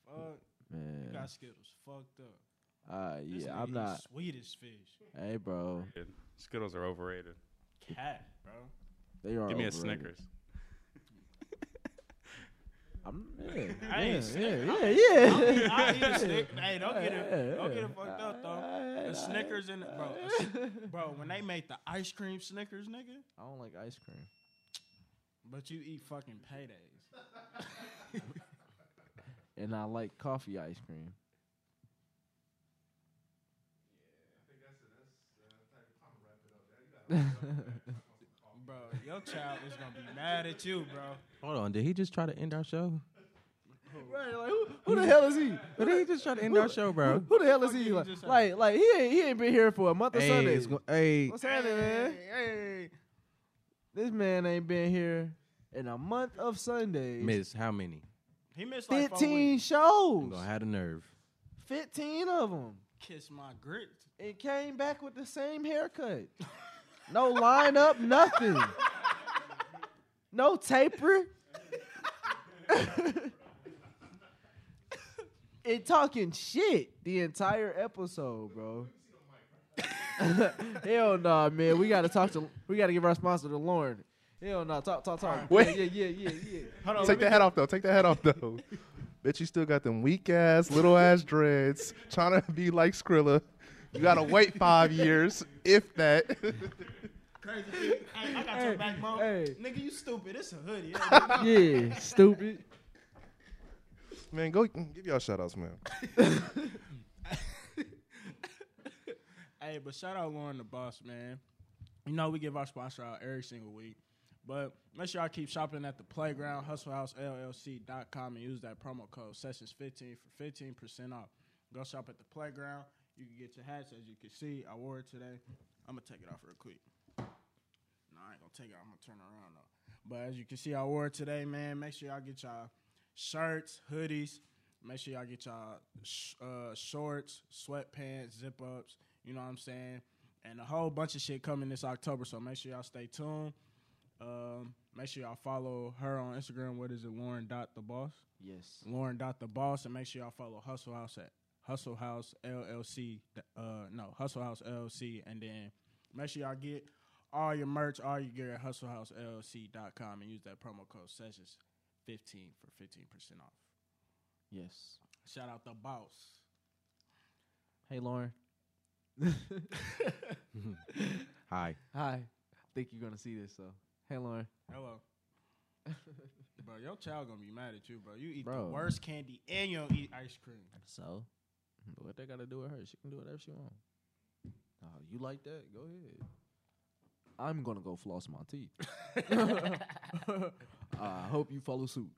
[SPEAKER 3] Fuck. You
[SPEAKER 2] Man,
[SPEAKER 3] got Skittles fucked up.
[SPEAKER 2] uh,
[SPEAKER 3] This
[SPEAKER 2] yeah,
[SPEAKER 3] nigga
[SPEAKER 2] I'm
[SPEAKER 3] is
[SPEAKER 2] not.
[SPEAKER 3] Sweet as fish.
[SPEAKER 2] Hey, bro,
[SPEAKER 6] Skittles are overrated.
[SPEAKER 3] Cat, bro.
[SPEAKER 2] they are.
[SPEAKER 6] Give me a
[SPEAKER 2] overrated.
[SPEAKER 6] Snickers.
[SPEAKER 2] I'm, yeah,
[SPEAKER 3] I
[SPEAKER 2] yeah,
[SPEAKER 3] ain't Snickers.
[SPEAKER 2] yeah, yeah, yeah.
[SPEAKER 3] I eat a Snickers. Hey, don't get
[SPEAKER 2] Yeah.
[SPEAKER 3] it. Don't get it fucked up though. The Snickers and the, bro, a Sn- bro. When they make the ice cream Snickers, nigga,
[SPEAKER 2] I don't like ice cream.
[SPEAKER 3] but you eat fucking paydays.
[SPEAKER 2] And I like coffee ice cream.
[SPEAKER 3] Bro, your child is gonna be mad at you, bro.
[SPEAKER 5] Hold on, did he just try to end our show?
[SPEAKER 2] Right, like who, who the hell is he?
[SPEAKER 5] Did he just try to end our show, bro?
[SPEAKER 2] Who the hell is
[SPEAKER 3] fuck
[SPEAKER 2] he?
[SPEAKER 3] did you
[SPEAKER 2] Like,
[SPEAKER 3] just say?
[SPEAKER 2] like, like, he ain't he ain't been here for a month of
[SPEAKER 5] Hey,
[SPEAKER 2] Sundays.
[SPEAKER 5] it's go- hey,
[SPEAKER 2] What's happening, man?
[SPEAKER 3] Hey,
[SPEAKER 2] This man ain't been here in a month of Sundays.
[SPEAKER 5] miss how many?
[SPEAKER 3] he missed like four
[SPEAKER 2] Fifteen
[SPEAKER 3] weeks.
[SPEAKER 5] I'm
[SPEAKER 2] shows,
[SPEAKER 5] gonna have the nerve.
[SPEAKER 2] fifteen of them,
[SPEAKER 3] Kiss my grit.
[SPEAKER 2] and came back with the same haircut. no lineup, nothing. No taper. and talking shit the entire episode, bro. Hell nah, man. We gotta talk to. We gotta give our sponsor to Lauren. Hell nah. Talk, talk, talk.
[SPEAKER 7] Wait.
[SPEAKER 2] Yeah, yeah, yeah, yeah, yeah.
[SPEAKER 3] Hold on,
[SPEAKER 7] Take that hat off though. Take that hat off though. Bet you still got them weak ass little ass dreads trying to be like Skrilla. You gotta wait five years, if that.
[SPEAKER 3] crazy. Hey, I got your back, bro.
[SPEAKER 2] hey.
[SPEAKER 3] Nigga, you stupid. It's a hoodie. Yeah,
[SPEAKER 2] Yeah, stupid.
[SPEAKER 7] man, go give y'all shout outs, man.
[SPEAKER 3] Hey, but shout out Lauren the boss, man. You know we give our sponsor out every single week. But make sure y'all keep shopping at the playground, hustlehousellc.com, and use that promo code sessions15 for 15% off. Go shop at the playground. You can get your hats, as you can see. I wore it today. I'm going to take it off real quick. No, I ain't going to take it. I'm going to turn around, though. But as you can see, I wore it today, man. Make sure y'all get y'all shirts, hoodies. Make sure y'all get y'all sh- uh, shorts, sweatpants, zip ups. You know what I'm saying? And a whole bunch of shit coming this October. So make sure y'all stay tuned. Um, make sure y'all follow her on Instagram. What is it? Lauren dot the boss.
[SPEAKER 2] Yes.
[SPEAKER 3] Lauren dot the boss. And make sure y'all follow Hustle House at Hustle House LLC. Uh, no, Hustle House LLC. And then make sure y'all get all your merch, all your gear at hustlehousellc.com and use that promo code sessions fifteen for fifteen percent off.
[SPEAKER 2] Yes.
[SPEAKER 3] Shout out the boss.
[SPEAKER 2] Hey, Lauren.
[SPEAKER 5] Hi.
[SPEAKER 2] Hi. I think you're gonna see this, so. Hey, Lauren.
[SPEAKER 3] Hello. bro, your child gonna be mad at you, bro. You eat
[SPEAKER 2] Bro.
[SPEAKER 3] the worst candy and you don't eat ice cream.
[SPEAKER 2] So, what they gotta do with her? She can do whatever she wants. Oh, you like that? Go ahead. I'm gonna go floss my teeth. I hope you follow suit.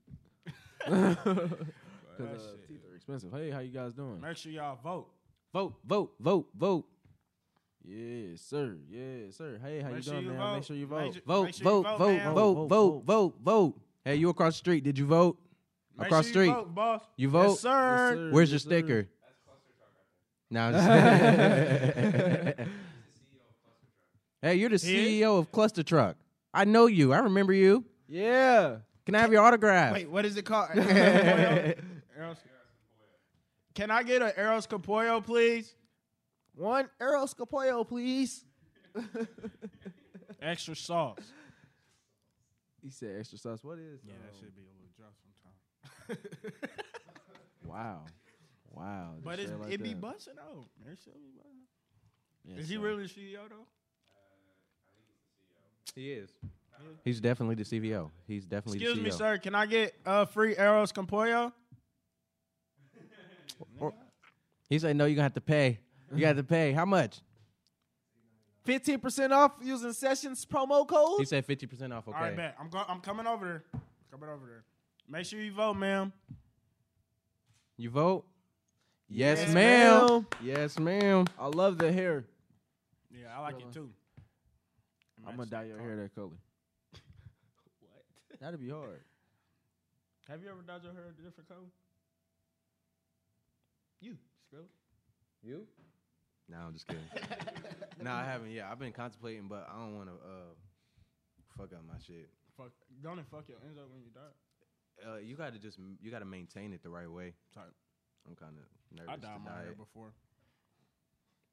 [SPEAKER 2] Because uh, teeth are expensive. Hey, how you guys doing?
[SPEAKER 3] Make sure y'all vote.
[SPEAKER 2] Vote, vote, vote, vote. Yes, sir. Yes, sir. Hey, how
[SPEAKER 3] Make
[SPEAKER 2] you
[SPEAKER 3] sure
[SPEAKER 2] doing,
[SPEAKER 3] you
[SPEAKER 2] man?
[SPEAKER 3] vote.
[SPEAKER 2] Make sure you
[SPEAKER 3] Make
[SPEAKER 2] vote.
[SPEAKER 3] sure-
[SPEAKER 5] Vote,
[SPEAKER 3] make sure you
[SPEAKER 5] vote,
[SPEAKER 3] vote,
[SPEAKER 5] vote,
[SPEAKER 3] man.
[SPEAKER 5] vote,
[SPEAKER 2] Vote,
[SPEAKER 5] vote,
[SPEAKER 2] vote,
[SPEAKER 5] vote, vote, Hey, you across the street? Did you vote?
[SPEAKER 3] Make
[SPEAKER 5] Across
[SPEAKER 3] sure
[SPEAKER 5] street.
[SPEAKER 3] You vote, boss.
[SPEAKER 5] You vote.
[SPEAKER 3] Yes, sir.
[SPEAKER 5] Where's your
[SPEAKER 2] Yes, sir.
[SPEAKER 5] sticker? Now. hey, you're the
[SPEAKER 3] He
[SPEAKER 5] CEO of Cluster Truck. I know you. I remember you.
[SPEAKER 2] Yeah.
[SPEAKER 5] Can I have your autograph?
[SPEAKER 3] Wait, what is it called? Eros- Can I get an Eros Capoyo, please?
[SPEAKER 2] One Earl Scapoyo, please.
[SPEAKER 3] Extra sauce.
[SPEAKER 2] He said extra sauce. What is?
[SPEAKER 3] Yeah, that
[SPEAKER 2] um,
[SPEAKER 3] should be a little drop sometimes.
[SPEAKER 2] Wow. Wow. just
[SPEAKER 3] But it's,
[SPEAKER 2] straight like
[SPEAKER 3] it be
[SPEAKER 2] that.
[SPEAKER 3] busting out. It should be busting.
[SPEAKER 2] Yes,
[SPEAKER 3] Is he
[SPEAKER 2] sir.
[SPEAKER 3] really the CEO though?
[SPEAKER 5] He is. He's definitely the CVO. He's definitely
[SPEAKER 3] Excuse
[SPEAKER 5] the E CEO.
[SPEAKER 3] me, sir. Can I get uh, free Eros Campoyo?
[SPEAKER 5] He said, "No, you're gonna have to pay. You got to pay. How much?"
[SPEAKER 2] 15% off using sessions promo code?
[SPEAKER 5] He said, 50 percent off." Okay.
[SPEAKER 3] All right, bet. I'm go- I'm coming over there. Coming over there. Make sure you vote, ma'am.
[SPEAKER 5] You vote? Yes,
[SPEAKER 3] Yes,
[SPEAKER 5] ma'am.
[SPEAKER 2] ma'am.
[SPEAKER 5] Yes, ma'am.
[SPEAKER 2] I love the hair.
[SPEAKER 3] Yeah, I like it too.
[SPEAKER 2] I'm gonna
[SPEAKER 3] match
[SPEAKER 2] dye
[SPEAKER 3] that
[SPEAKER 2] your
[SPEAKER 3] car.
[SPEAKER 2] hair that color.
[SPEAKER 3] What?
[SPEAKER 2] That'd be hard.
[SPEAKER 3] Have you ever dyed your hair a different color? You, Scrooge.
[SPEAKER 7] You?
[SPEAKER 5] No, I'm just kidding. no, I haven't. Yeah, I've been contemplating, but I don't want to uh, fuck up my shit.
[SPEAKER 3] Fuck. Don't it fuck your ends up when you die.
[SPEAKER 5] Uh, you got to just m- you got to maintain it the right way.
[SPEAKER 3] Type.
[SPEAKER 5] I'm kind of nervous.
[SPEAKER 3] I
[SPEAKER 5] to
[SPEAKER 3] dyed my
[SPEAKER 5] dye
[SPEAKER 3] hair
[SPEAKER 5] it.
[SPEAKER 3] before.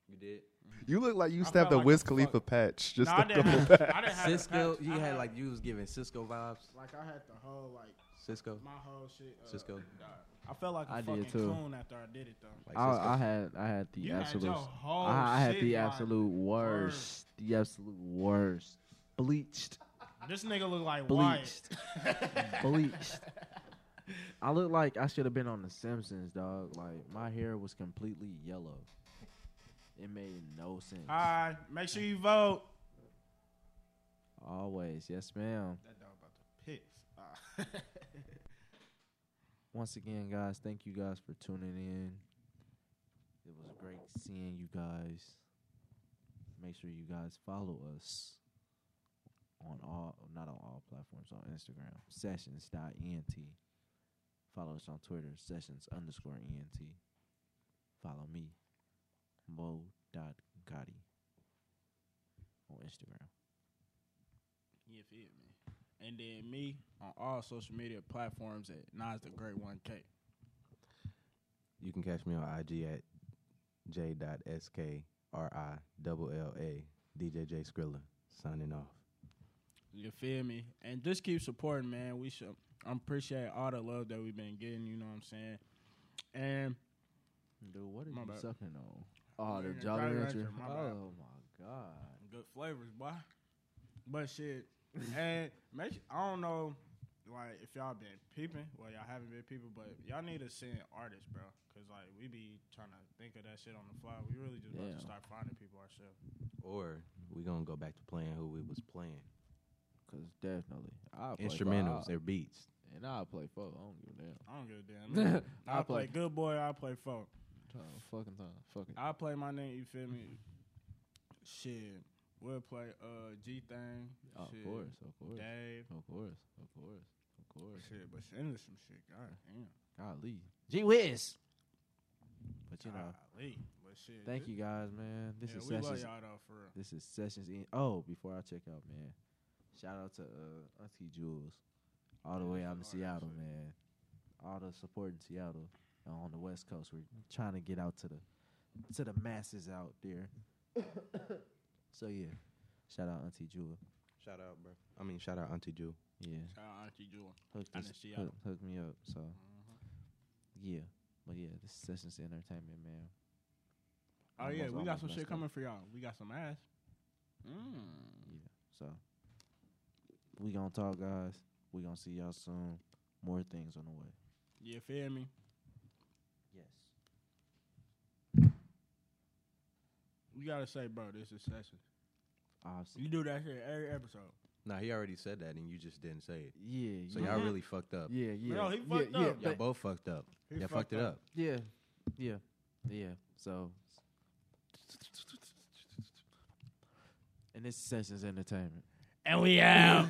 [SPEAKER 5] You did.
[SPEAKER 7] You look like you
[SPEAKER 3] I
[SPEAKER 7] stabbed
[SPEAKER 3] felt
[SPEAKER 7] a
[SPEAKER 3] like
[SPEAKER 7] Wiz
[SPEAKER 3] a
[SPEAKER 7] Khalifa
[SPEAKER 3] fuck.
[SPEAKER 7] patch. Just
[SPEAKER 3] no, I
[SPEAKER 7] a
[SPEAKER 3] didn't
[SPEAKER 7] couple
[SPEAKER 3] have.
[SPEAKER 7] patch.
[SPEAKER 3] I didn't have the
[SPEAKER 5] Cisco,
[SPEAKER 3] patch.
[SPEAKER 5] you
[SPEAKER 3] I
[SPEAKER 5] had like you was giving Cisco vibes.
[SPEAKER 3] like I had the whole like
[SPEAKER 5] Cisco,
[SPEAKER 3] my whole shit. Uh,
[SPEAKER 5] Cisco.
[SPEAKER 3] dyed. I felt like a
[SPEAKER 2] I did
[SPEAKER 3] fucking
[SPEAKER 2] too.
[SPEAKER 3] clone after I did it though.
[SPEAKER 5] like Cisco.
[SPEAKER 2] I, I had I had the
[SPEAKER 3] You had
[SPEAKER 2] absolute.
[SPEAKER 3] your
[SPEAKER 2] s-
[SPEAKER 3] whole
[SPEAKER 2] I, I had
[SPEAKER 3] shit
[SPEAKER 2] the
[SPEAKER 3] lined.
[SPEAKER 2] absolute worst. The absolute worst. Bleached.
[SPEAKER 3] This nigga look like Wyatt.
[SPEAKER 2] Bleached. Bleached. I look like I should have been on The Simpsons, dog. Like my hair was completely yellow. It made no sense.
[SPEAKER 3] All right, make sure you vote.
[SPEAKER 2] Always, yes, ma'am.
[SPEAKER 3] That dog about to piss. Ah.
[SPEAKER 2] Once again, guys, thank you guys for tuning in. It was great seeing you guys. Make sure you guys follow us on all, not on all platforms, on Instagram, sessions.ent. Follow us on Twitter, sessions underscore ent. Follow me, mo.gotti on Instagram.
[SPEAKER 3] You feel me? And then me on all social media platforms at Nas the Great One K.
[SPEAKER 5] You can catch me on IG at j.skri.la DJ J Skrilla signing off.
[SPEAKER 3] You feel me? And just keep supporting, man. We should. I appreciate all the love that we've been getting. You know what I'm saying? And
[SPEAKER 2] Dude, what are
[SPEAKER 3] My
[SPEAKER 2] you
[SPEAKER 3] bad.
[SPEAKER 2] sucking on? Oh, the
[SPEAKER 3] Rancher,
[SPEAKER 2] Jolly
[SPEAKER 3] Jolly
[SPEAKER 2] Rancher.
[SPEAKER 3] Rancher, my bad.
[SPEAKER 2] Oh, my God.
[SPEAKER 3] good flavors, boy. But shit, and make I don't know, like if y'all been peeping, well y'all haven't been peeping, but y'all need to send artists, bro, because like we be trying to think of that shit on the fly. We really just about
[SPEAKER 2] Yeah.
[SPEAKER 3] to start finding people ourselves.
[SPEAKER 5] Or we gonna go back to playing who we was playing.
[SPEAKER 2] Cause definitely, I'll play
[SPEAKER 5] Instrumentals,
[SPEAKER 2] Five,
[SPEAKER 5] their beats.
[SPEAKER 2] and I'll play folk. I don't give a damn.
[SPEAKER 3] I don't give a damn. I
[SPEAKER 2] I'll
[SPEAKER 3] play
[SPEAKER 2] play.
[SPEAKER 3] good boy. I play folk.
[SPEAKER 2] Time, fucking time, fucking.
[SPEAKER 3] I play my name. You feel me? Shit, we'll play uh G thing.
[SPEAKER 2] Oh,
[SPEAKER 3] shit,
[SPEAKER 2] of course, of course,
[SPEAKER 3] Dave.
[SPEAKER 2] of course, of course, of course.
[SPEAKER 3] Shit, but send us some shit. God damn.
[SPEAKER 2] Golly, Gee whiz. But you know,
[SPEAKER 3] Golly. But shit.
[SPEAKER 2] thank
[SPEAKER 3] thi-
[SPEAKER 2] you guys, man. This
[SPEAKER 3] yeah,
[SPEAKER 2] is
[SPEAKER 3] we love
[SPEAKER 2] sessions.
[SPEAKER 3] y'all though for real.
[SPEAKER 2] This is sessions. In, oh, before I check out, man, shout out to uh, Auntie Jules, all the
[SPEAKER 3] Yeah,
[SPEAKER 2] way out
[SPEAKER 3] she's
[SPEAKER 2] in
[SPEAKER 3] hard,
[SPEAKER 2] Seattle,
[SPEAKER 3] actually.
[SPEAKER 2] man. All the support in Seattle uh, on the West Coast. We're trying to get out to the to the masses out there. so yeah, shout out Auntie Jewel.
[SPEAKER 5] Shout out, bro. I mean, shout out Auntie Jewel.
[SPEAKER 2] Yeah,
[SPEAKER 3] Shout out Auntie Jewel.
[SPEAKER 2] hooked,
[SPEAKER 3] Out
[SPEAKER 2] us-
[SPEAKER 3] in Seattle.
[SPEAKER 2] hook, hooked me up. So
[SPEAKER 3] Mm-hmm.
[SPEAKER 2] yeah, but yeah, this is Sessions to Entertainment, man.
[SPEAKER 3] Oh yeah,
[SPEAKER 2] Almost-
[SPEAKER 3] we got
[SPEAKER 2] almost
[SPEAKER 3] some
[SPEAKER 2] messed
[SPEAKER 3] shit
[SPEAKER 2] up.
[SPEAKER 3] coming for y'all. We got some ass. Mm.
[SPEAKER 2] Yeah. So we gonna talk, guys. We gonna see y'all soon. More things on the way.
[SPEAKER 3] You feel me?
[SPEAKER 2] Yes.
[SPEAKER 3] You gotta say, bro, this is session.
[SPEAKER 2] Obviously.
[SPEAKER 3] You do that shit every episode.
[SPEAKER 5] Nah, he already said that, and you just didn't say it.
[SPEAKER 2] Yeah.
[SPEAKER 5] So
[SPEAKER 2] yeah.
[SPEAKER 5] y'all
[SPEAKER 3] Mhm.
[SPEAKER 5] really fucked up.
[SPEAKER 2] Yeah, yeah.
[SPEAKER 3] No, he
[SPEAKER 2] yeah,
[SPEAKER 3] fucked
[SPEAKER 2] yeah,
[SPEAKER 3] up.
[SPEAKER 2] but-
[SPEAKER 5] Y'all both fucked up.
[SPEAKER 3] He
[SPEAKER 5] Y'all fucked, it up.
[SPEAKER 2] yeah, yeah, yeah. So, and this session's entertainment.
[SPEAKER 3] And we out.